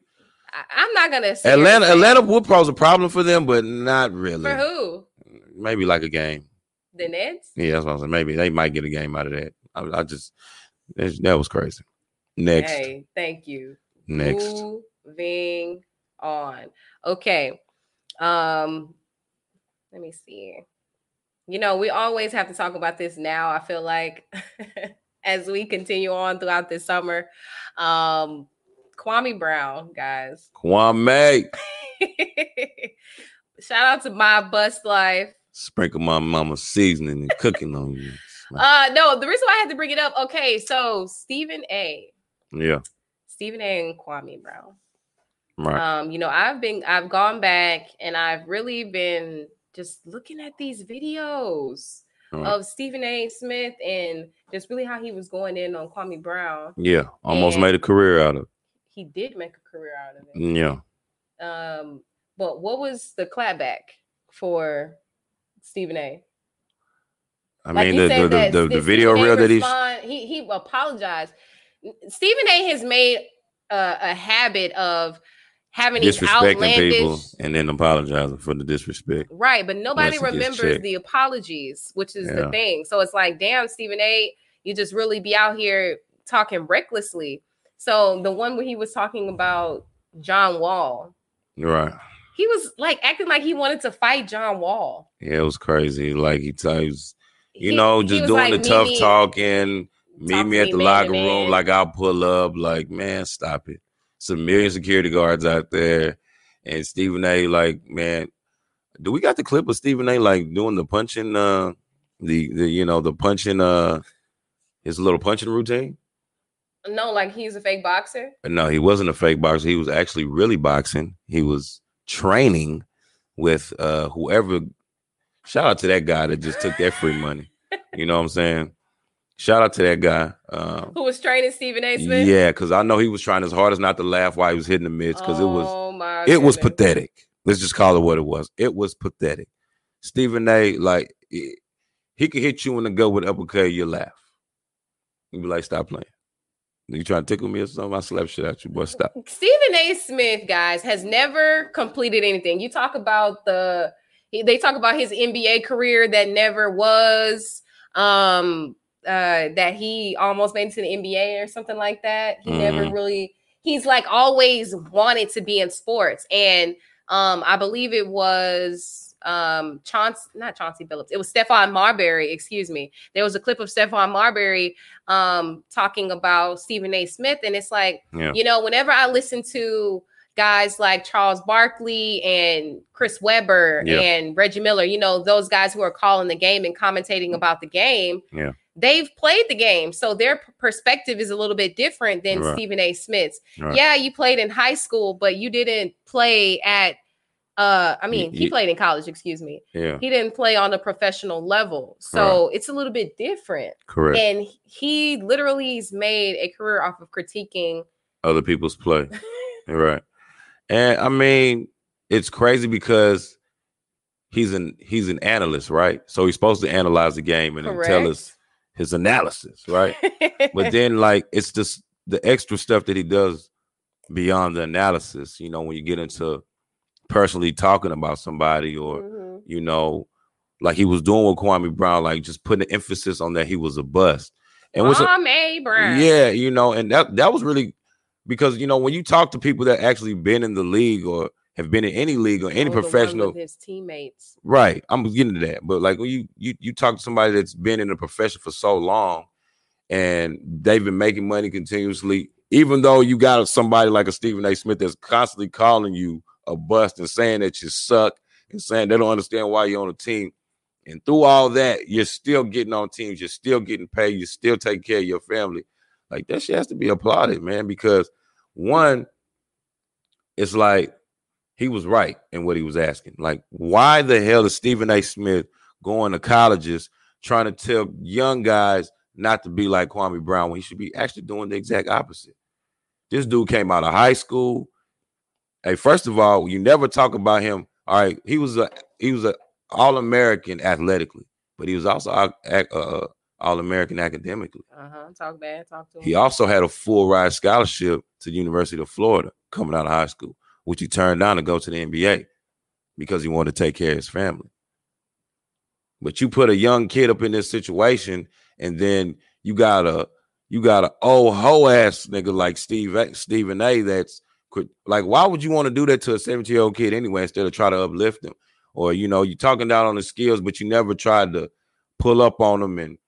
I, I'm not going to say Atlanta. Atlanta would pose a problem for them, but not really. for who Maybe like a game. the Nets. Yeah, that's what I'm saying. Maybe they might get a game out of that. I, I just that's- that was crazy. Next, Hey, thank you. Next. Moving on. Okay. Um, let me see. You know, we always have to talk about this now. I feel like as we continue on throughout this summer. Um, Kwame Brown, guys. Kwame, Shout out to my bus life. sprinkle my mama seasoning and cooking on you. Uh no, the reason why I had to bring it up. Okay, so Stephen A. Yeah, Stephen A. and Kwame Brown. right. Um, you know, I've been I've gone back and I've really been just looking at these videos Right. of Stephen A. Smith and just really how he was going in on Kwame Brown. yeah, almost and- made a career out of. He did make a career out of it. it. Yeah, Mm. Um, but what was the clapback for Stephen A? I Like mean he the said the, that the, the, Stephen video A reel that he's respond- he he apologized. Stephen A. has made a, a habit of having these disrespecting outlandish people and then apologizing for the disrespect. right, but nobody Once it gets remembers checked. the apologies, which is the Yeah. thing. So it's like, damn, Stephen A. You just really be out here talking recklessly. So the one where he was talking about John Wall, Right. he was like acting like he wanted to fight John Wall. Yeah, it was crazy. Like he times, you He- know, he just was doing like, the "Meet tough me- talking. Meet talk me to at me the man to locker room. man." Like I'll pull up. Like man, stop it. It's a million security guards out there, and Stephen A. Like man, do we got the clip of Stephen A. Like doing the punching? Uh, the the you know the punching. Uh, his little punching routine. No, like he's a fake boxer. No, he wasn't a fake boxer. He was actually really boxing. He was training with uh whoever. Shout out to that guy that just took that free money. You know what I'm saying? Shout out to that guy. Um, Who was training Stephen A. Smith? yeah, because I know he was trying his hardest not to laugh while he was hitting the mids because it was Oh my it was goodness. pathetic. Let's just call it what it was. It was pathetic. Stephen A. Like i- he could hit you in the gut with an uppercut, you laugh. You be like, stop playing. You trying to tickle me or something? I slap shit out you, boy. Stop. Stephen A. Smith, guys, has never completed anything. You talk about the he- they talk about his NBA career that never was. Um uh that he almost made it to the NBA or something like that. He never Mhm. really he's like always wanted to be in sports. And um I believe it was um Chauncey not Chauncey Phillips, it was Stefan Marbury, excuse me. There was a clip of Stefan Marbury um talking about Stephen A. Smith, and it's like, Yeah. you know, whenever I listen to guys like Charles Barkley and Chris Webber Yeah. and Reggie Miller, you know, those guys who are calling the game and Mm-hmm. commentating about the game, Yeah. they've played the game. So their p- perspective is a little bit different than Right. Stephen A. Smith's. Right. Yeah, you played in high school, but you didn't play at uh I mean, he you- played in college, excuse me. Yeah. He didn't play on a professional level. So it's a little bit different. Correct. And he literally has made a career off of critiquing other people's play. right. And I mean, it's crazy because he's an he's an analyst, right? So he's supposed to analyze the game and then tell Correct. us his analysis, right? but then like it's just the extra stuff that he does beyond the analysis, you know, when you get into personally talking about somebody or Mm-hmm. you know, like he was doing with Kwame Brown, like just putting the emphasis on that he was a bust. And what's Tom A. Brown. yeah, you know, and that that was really because you know when you talk to people that actually been in the league or have been in any league or any Or Oh, the one professional with his teammates. Right. I'm getting to that. But like when you you you talk to somebody that's been in the profession for so long and they've been making money continuously, even though you got somebody like a Stephen A. Smith that's constantly calling you a bust and saying that you suck and saying they don't understand why you're on a team. And through all that, you're still getting on teams, you're still getting paid, you're still taking care of your family. Like that shit has to be applauded, man, because one, it's like he was right in what he was asking. Like, why the hell is Stephen A. Smith going to colleges trying to tell young guys not to be like Kwame Brown when he should be actually doing the exact opposite? This dude came out of high school. Hey, first of all, you never talk about him. All right, he was a he was a all American athletically, but he was also a- a- uh, all American academically. Uh huh. Talk bad. Talk to him. He also had a full ride scholarship to the University of Florida coming out of high school, which he turned down to go to the NBA because he wanted to take care of his family. But you put a young kid up in this situation, and then you got a you got a old hoe ass nigga like Steve A- Stephen A. That's quit. like, why would you want to do that to a seventeen year old kid anyway? Instead of try to uplift him, or you know, you talking down on his skills, but you never tried to pull up on him and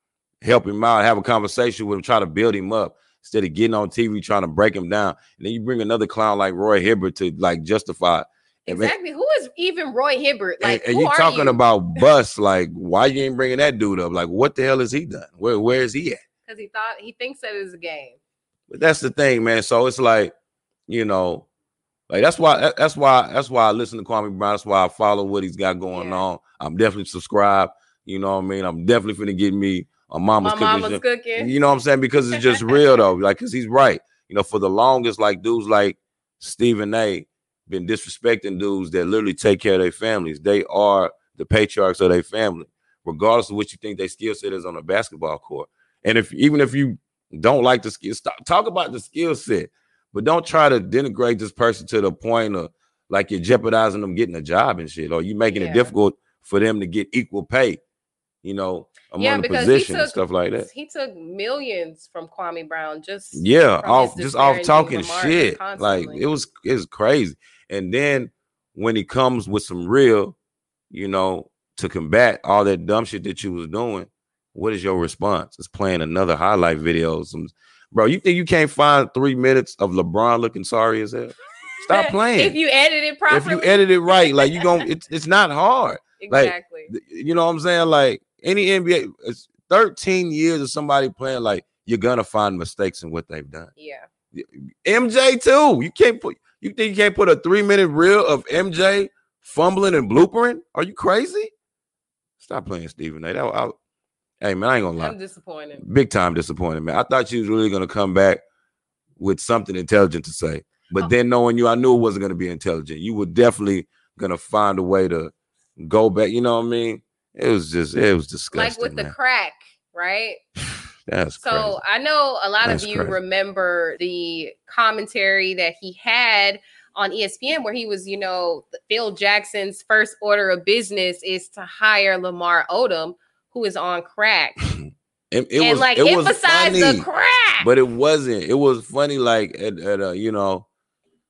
help him out, have a conversation with him, try to build him up instead of getting on TV trying to break him down. And then you bring another clown like Roy Hibbert to like justify. and make- Exactly. Who is even Roy Hibbert? and, Like, and who you are talking you? about bus? Like, why you ain't bringing that dude up? Like, what the hell has he done? Where where is he at? Because he thought he thinks that it was a game. But that's the thing, man. So it's like, you know, like that's why that- that's why that's why I listen to Kwame Brown. That's why I follow what he's got going on. I'm definitely subscribed. You know what I mean? I'm definitely finna get me a mama's, My cooking mama's show. cooking. You know what I'm saying? Because it's just real though. Like, cause he's right. You know, for the longest, like dudes like Stephen A. been disrespecting dudes that literally take care of their families. They are the patriarchs of their family, regardless of what you think they skill set is on a basketball court. And if even if you don't like the skill, stop talk about the skill set, but don't try to denigrate this person to the point of like you're jeopardizing them getting a job and shit, or you making it Yeah. difficult for them to get equal pay. You know, among the position and stuff like that. He took millions from Kwame Brown just Yeah, from off his just off disparaging talking remarks shit. Like constantly. it was it's crazy. And then when he comes with some real, you know, to combat all that dumb shit that you was doing, what is your response? It's playing another highlight video. Some bro, you think you can't find three minutes of LeBron looking sorry as hell? Stop playing. if you edit it properly. If you edit it right, like you gon' it's it's not hard. Exactly. Like, th- you know what I'm saying? Like any NBA, it's 13 years of somebody playing, like you're gonna find mistakes in what they've done. yeah. MJ too. You can't put you think you can't put a three minute reel of MJ fumbling and bloopering? Are you crazy? Stop playing Stephen A. That, I, hey man, I ain't gonna lie. I'm disappointed. Big time disappointed, man. I thought you was really gonna come back with something intelligent to say, Oh. but then knowing you, I knew it wasn't gonna be intelligent. You were definitely gonna find a way to go back. You know what I mean? It was just, it was disgusting. Like with the man. crack, right? That's so crazy. I know a lot That's of you crazy. remember the commentary that he had on E ESPN where he was, you know, Phil Jackson's first order of business is to hire Lamar Odom, who is on crack. It, it and was like it was emphasize funny, the crack. but it wasn't. It was funny, like at, at uh, you know,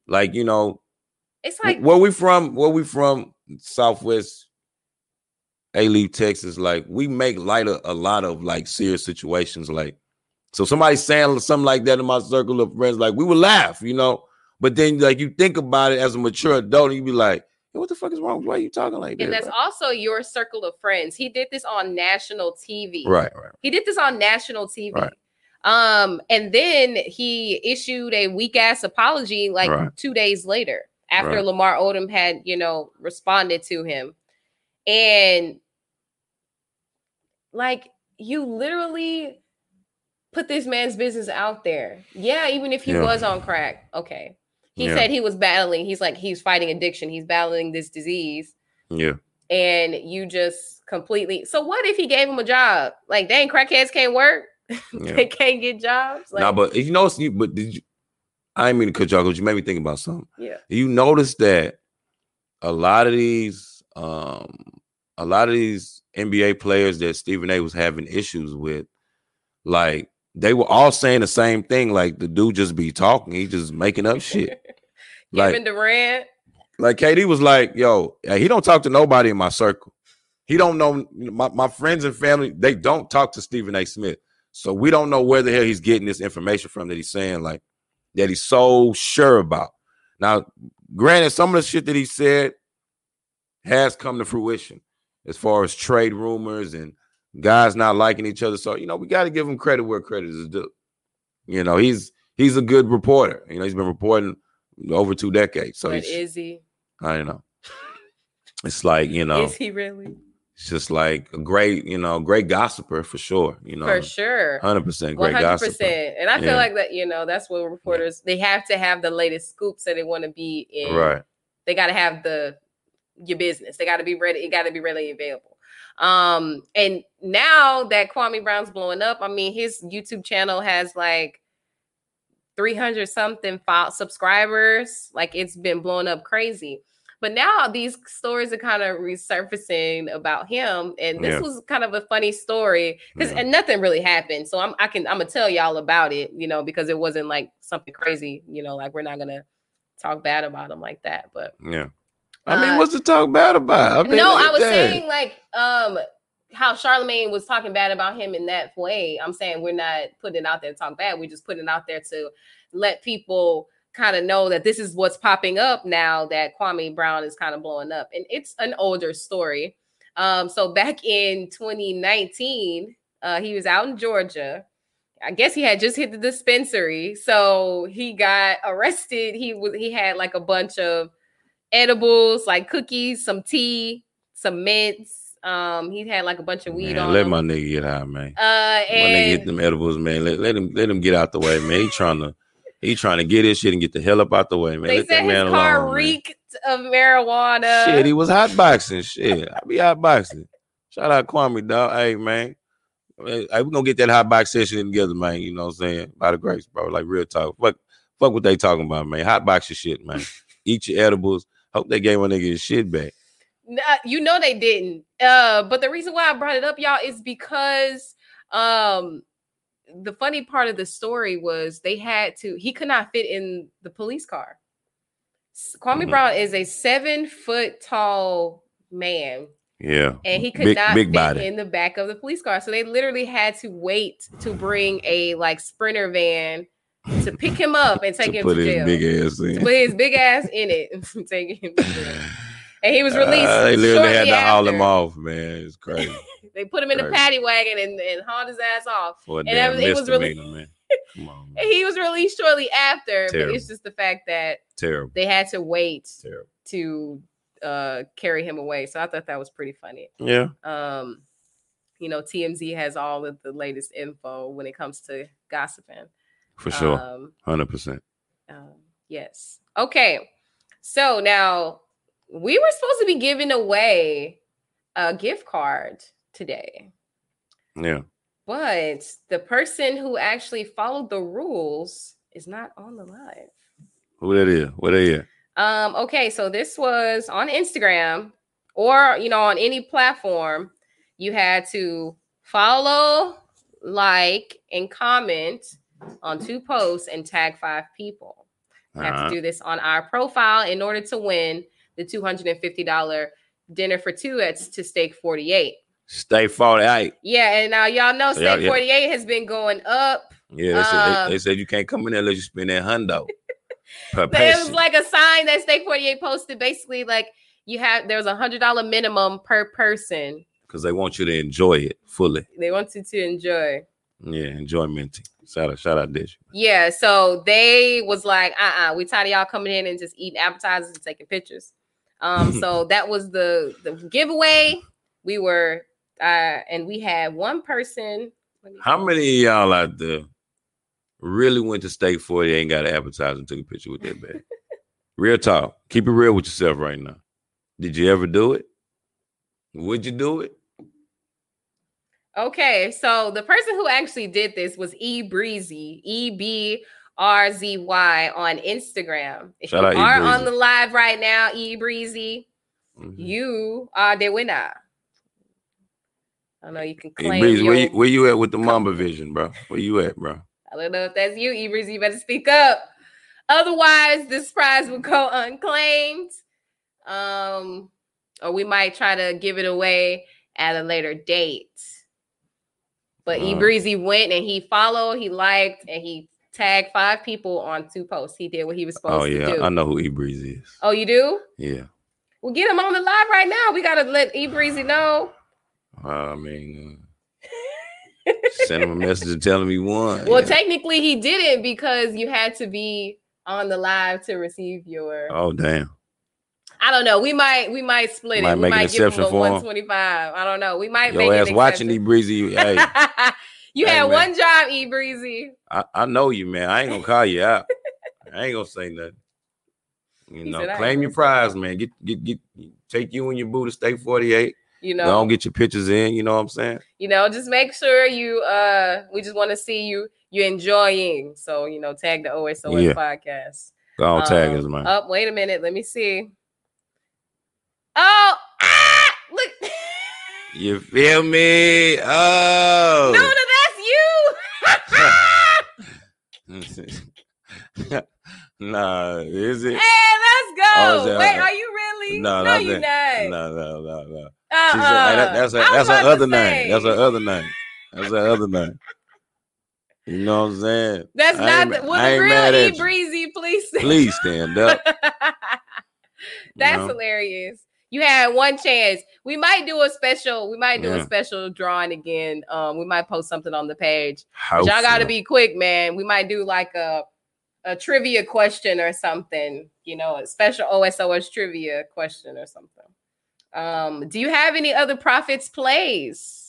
like you know, It's wh- like where we from? Where we from? Southwest, A Leave, Texas. Like we make light of a lot of like serious situations. Like so, somebody saying something like that in my circle of friends, like we would laugh, you know. But then, like you think about it as a mature adult, and you be like, "Hey, what the fuck is wrong? Why are you talking like that?" and that's bro?" also your circle of friends. He did this on national TV. Right, right. He did this on national TV. Right. Um, and then he issued a weak ass apology like Right. two days later after Right. Lamar Odom had, you know, responded to him. And like you literally put this man's business out there. Yeah, even if he Yeah. was on crack. Okay. He Yeah. said he was battling. He's like he's fighting addiction. He's battling this disease Yeah. and you just completely so what if he gave him a job like dang crackheads can't work Yeah. they can't get jobs like nah, but you know, you but did you? I ain't mean to cut you off, but you made me think about something. yeah You notice that a lot of these, um, a lot of these NBA players that Stephen A. was having issues with, like they were all saying the same thing. Like the dude just be talking, he just making up shit. kevin like, durant Like KD was like, yo, uh, he don't talk to nobody in my circle. He don't know my, my friends and family, they don't talk to Stephen A. Smith. So we don't know where the hell he's getting this information from that he's saying, like that he's so sure about. Now, granted, some of the shit that he said has come to fruition as far as trade rumors and guys not liking each other. So, you know, we got to give him credit where credit is due. You know, he's he's a good reporter. You know, he's been reporting over two decades. So but he's, is he? I don't know. It's like, you know, Is he really? it's just like a great, you know, great gossiper for sure. You know, For sure. 100% great gossiper. And I feel Yeah. like that, you know, that's what reporters they have to have the latest scoops that they want to be in. Right. They gotta have the your business. They gotta be ready. It gotta be readily available. Um, and now that Kwame Brown's blowing up, I mean his YouTube channel has like 300 something fo- subscribers. Like it's been blowing up crazy. But now these stories are kind of resurfacing about him, and this Yeah. was kind of a funny story because Yeah. and nothing really happened. So I'm I can I'm gonna tell y'all about it, you know, because it wasn't like something crazy, you know, like we're not gonna talk bad about him like that. But Yeah. I Uh, mean, what's to talk bad about? I mean, no, look I at was that. saying like um how Charlemagne was talking bad about him in that way. I'm saying we're not putting it out there to talk bad. We're just putting it out there to let people kind of know that this is what's popping up now that Kwame Brown is kind of blowing up. And it's an older story. Um, so back in 2019, uh, he was out in Georgia. I guess he had just hit the dispensary, so he got arrested. He was he had like a bunch of edibles, like cookies, some tea, some mints. Um, he had like a bunch of weed Man, on. let him. my nigga get high, man. Uh, my nigga and hit them edibles, man. Let, let him let him get out the way, man. He trying to he trying to get his shit and get the hell up out the way, man. they let that said man his car alone. man. reeked of marijuana. Shit, he was hot boxing. Shit, I be hot boxing. Shout out Kwame, dog. Hey, man. Hey, we gonna get that hot box session in together, man. You know what I'm saying? By the grace, bro. Like real talk. Fuck, fuck what they talking about, man. Hot box your shit, man. Eat your edibles. Hope they gave my nigga his shit back. Nah, uh, you know they didn't. Uh, but the reason why I brought it up, y'all, is because um the funny part of the story was they had to he could not fit in the police car. S- Kwame Mhm. Brown is a seven foot tall man. Yeah. And he could Big- not big fit body. in the back of the police car. So they literally had to wait to bring a like sprinter van to pick him up and take him Put to his jail. big ass To in. Put his big ass in it. and take him to jail. And he was released. Uh, they literally had shortly to haul him after. off, man. It's crazy. They put him in a Right. paddy wagon and, and hauled his ass off. For a and that damn was- it was misdemeanor, really man. he was released shortly after. But Terrible. it's just the fact that Terrible. they had to wait Terrible. to uh carry him away. So I thought that was pretty funny. Yeah. Um, you know, TMZ has all of the latest info when it comes to gossiping. For sure. Um, Hundred percent. um, yes. Okay. So now we were supposed to be giving away a gift card today. Yeah. But the person who actually followed the rules is not on the live. Who that is? Where they at? Um, okay, so this was on Instagram or you know, on any platform, you had to follow, like, and comment on two posts and tag five people. You have Uh-huh. to do this on our profile in order to win the $250 dinner for two at to stake 48. Stay forty eight. Yeah, and now y'all know Yeah, State yeah. 48 has been going up. Yeah, they, said, Um, they, they said you can't come in there unless you spend that hundo. per It was person. like a sign that State 48 posted basically like you have there's a hundred dollar minimum per person Because they want you to enjoy it fully. they want you to enjoy. Yeah, enjoyment. Shout out, shout out Dish. Yeah, so they was like, uh-uh, we tired of y'all coming in and just eating appetizers and taking pictures. Um, so that was the the giveaway. We were uh and we had one person How many of y'all out there really went to State 40 ain't got an appetizer and took a picture with that bag? real talk. Keep it real with yourself right now. Did you ever do it? Would you do it? Okay, so the person who actually did this was E Breezy, E B R Z Y on Instagram. If Shout you out E are Breezy. on the live right now, E Breezy, Mm-hmm. E you are the winner. I don't know you can Hey, claim. Breeze, your, E where you, where you at with the Mamba Vision, bro? Where you at, bro? I don't know if that's you, E Breezy. You better speak up. Otherwise, this prize will go unclaimed. Um, or we might try to give it away at a later date. But Uh. E Breezy went and he followed, he liked, and he tagged five people on two posts. He did what he was supposed Oh yeah, to do. I know who E Breeze is. Oh, you do? Yeah, Well, get him on the live right now. We gotta let E Breezy know. I mean, uh, send him a message and tell him he won. Well, yeah. technically he didn't because you had to be on the live to receive your. Oh damn. I don't know. We might we might split Might it. We make an might give him exception a for him. one twenty five. I don't know. We might make Your an ass exception. watching E Breezy. Hey, You Hey, had man. one job, E Breezy. I, I know you, man. I ain't gonna call you out. I ain't gonna say nothing. You He know, said, "I ain't claim your prize, man. Get get get take you and your boo to state 48. You Go know. on, get your pictures in, you know what I'm saying? You know, just make sure you uh we just want to see you you enjoying. So, you know, tag the OSOS Yeah. podcast. Go on, tag us, man. Oh, wait a minute. Let me see. Oh, ah, look. You feel me? No, no, Oh that's you. nah, is it? hey, let's go. Oh, is that- Wait, are you really? No, no that's you it. not. No, no, no, no. Uh-uh. She said, hey, that- that's her, I that's was her about to other say. name. That's her other name. That's her other name. You know what I'm saying? That's I not ain't the, ma- well, I the ain't mad real E at you. Breezy, please. Please stand up. That's No. hilarious. You had one chance. We might do a special. We might do a Yeah. special drawing again. Um, we might post something on the page. But Hope y'all got to so. be quick, man. We might do like a a trivia question or something. You know, a special OSOS trivia question or something. Um, do you have any other profits plays?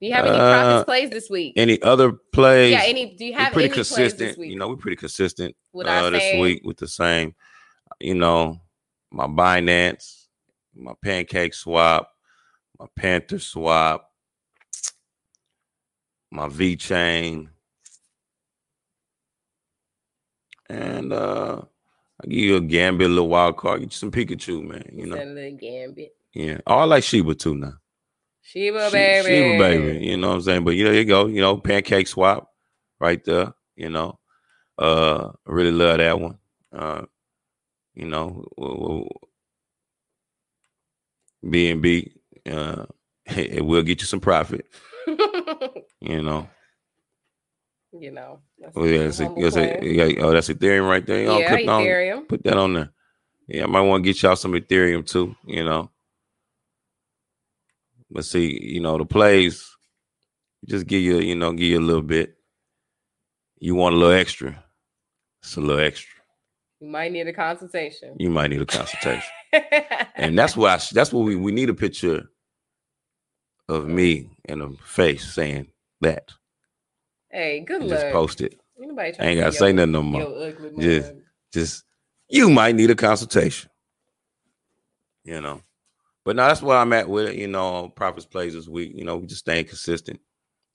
Do you have any Uh, profits plays this week? Any other plays? Yeah, any- do you We're have pretty any plays this consistent? week? You know, we're pretty consistent Would I uh, this say- week with the same. You know, my Binance, my pancake swap, my Panther swap, my V chain, and uh I give you a Gambit, a little wild card, get you some Pikachu, man. You know, Send a little gambit. yeah. Oh, I like Sheba too now. Sheba She- baby. she was baby. You know what I'm saying? But you know, you go, you know, pancake swap right there, you know. Uh I really love that one. Uh you know, B and B, uh it will get you some profit, you know. you know. that's Oh, a yeah, that's a, humble that's a- plan. yeah, oh, that's Ethereum right there. Oh, Yeah, click on- Ethereum. put that on there. Yeah, I might want to get y'all some Ethereum too, you know. But see, you know, the plays just give you, you know, give you a little bit. You want a little extra. It's a little extra. You might need a consultation. You might need a consultation. and that's why I sh- that's what we we need a picture of me and a face saying that. Hey, good and luck. Just post it. Ain't nobody I trying ain't to gotta see say your- nothing no more. your ugly mug. just, just you might need a consultation. You know, but now that's where I'm at with it. You know, profits plays this week. You know, we just staying consistent.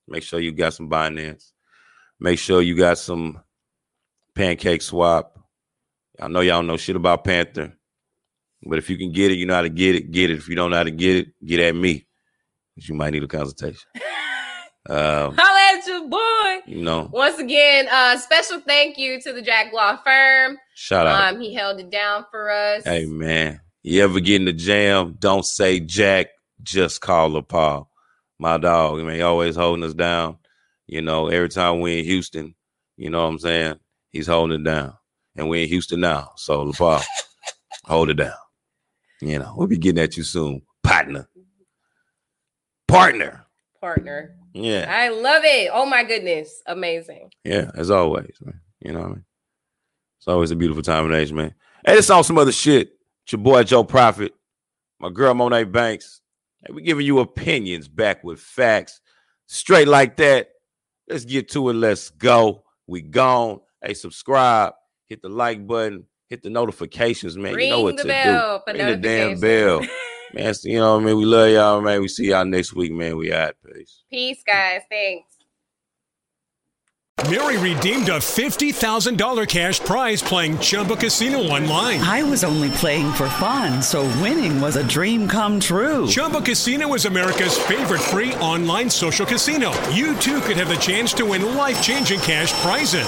Make sure you got some Binance. Make sure you got some pancake swap. I know y'all know shit about Panther, but if you can get it, you know how to get it. Get it. If you don't know how to get it, get at me. 'cause You might need a consultation. um, Holla at your boy. you know, Once again, uh, special thank you to the Jack Law firm. shout out. Um, he held it down for us. Hey man, you ever get in the jam? Don't say Jack, just call a Paul. My dog, I mean, he always holding us down. You know, every time we in Houston, you know what I'm saying? He's holding it down. And we in Houston now. So LaPaul, hold it down. You know, we'll be getting at you soon, partner. Partner. Partner. Yeah. I love it. Oh my goodness. Amazing. Yeah, as always, man. You know what I mean? It's always a beautiful time and age, man. Hey, this on some other shit. It's your boy Joe Prophet, my girl Monet Banks. Hey, we giving you opinions back with facts. Straight like that. Let's get to it. Let's go. We gone. Hey, subscribe. Hit the like button. Hit the notifications, man. you know Ring what the to bell for do. Ring the damn notifications. bell. man, it's- you know what I mean? We love y'all, man. We see y'all next week, man. We out. Peace. Peace, guys. Thanks. Mary redeemed a $50,000 cash prize playing Chumba Casino online. I was only playing for fun, so winning was a dream come true. Chumba Casino is America's favorite free online social casino. You too could have the chance to win life changing cash prizes.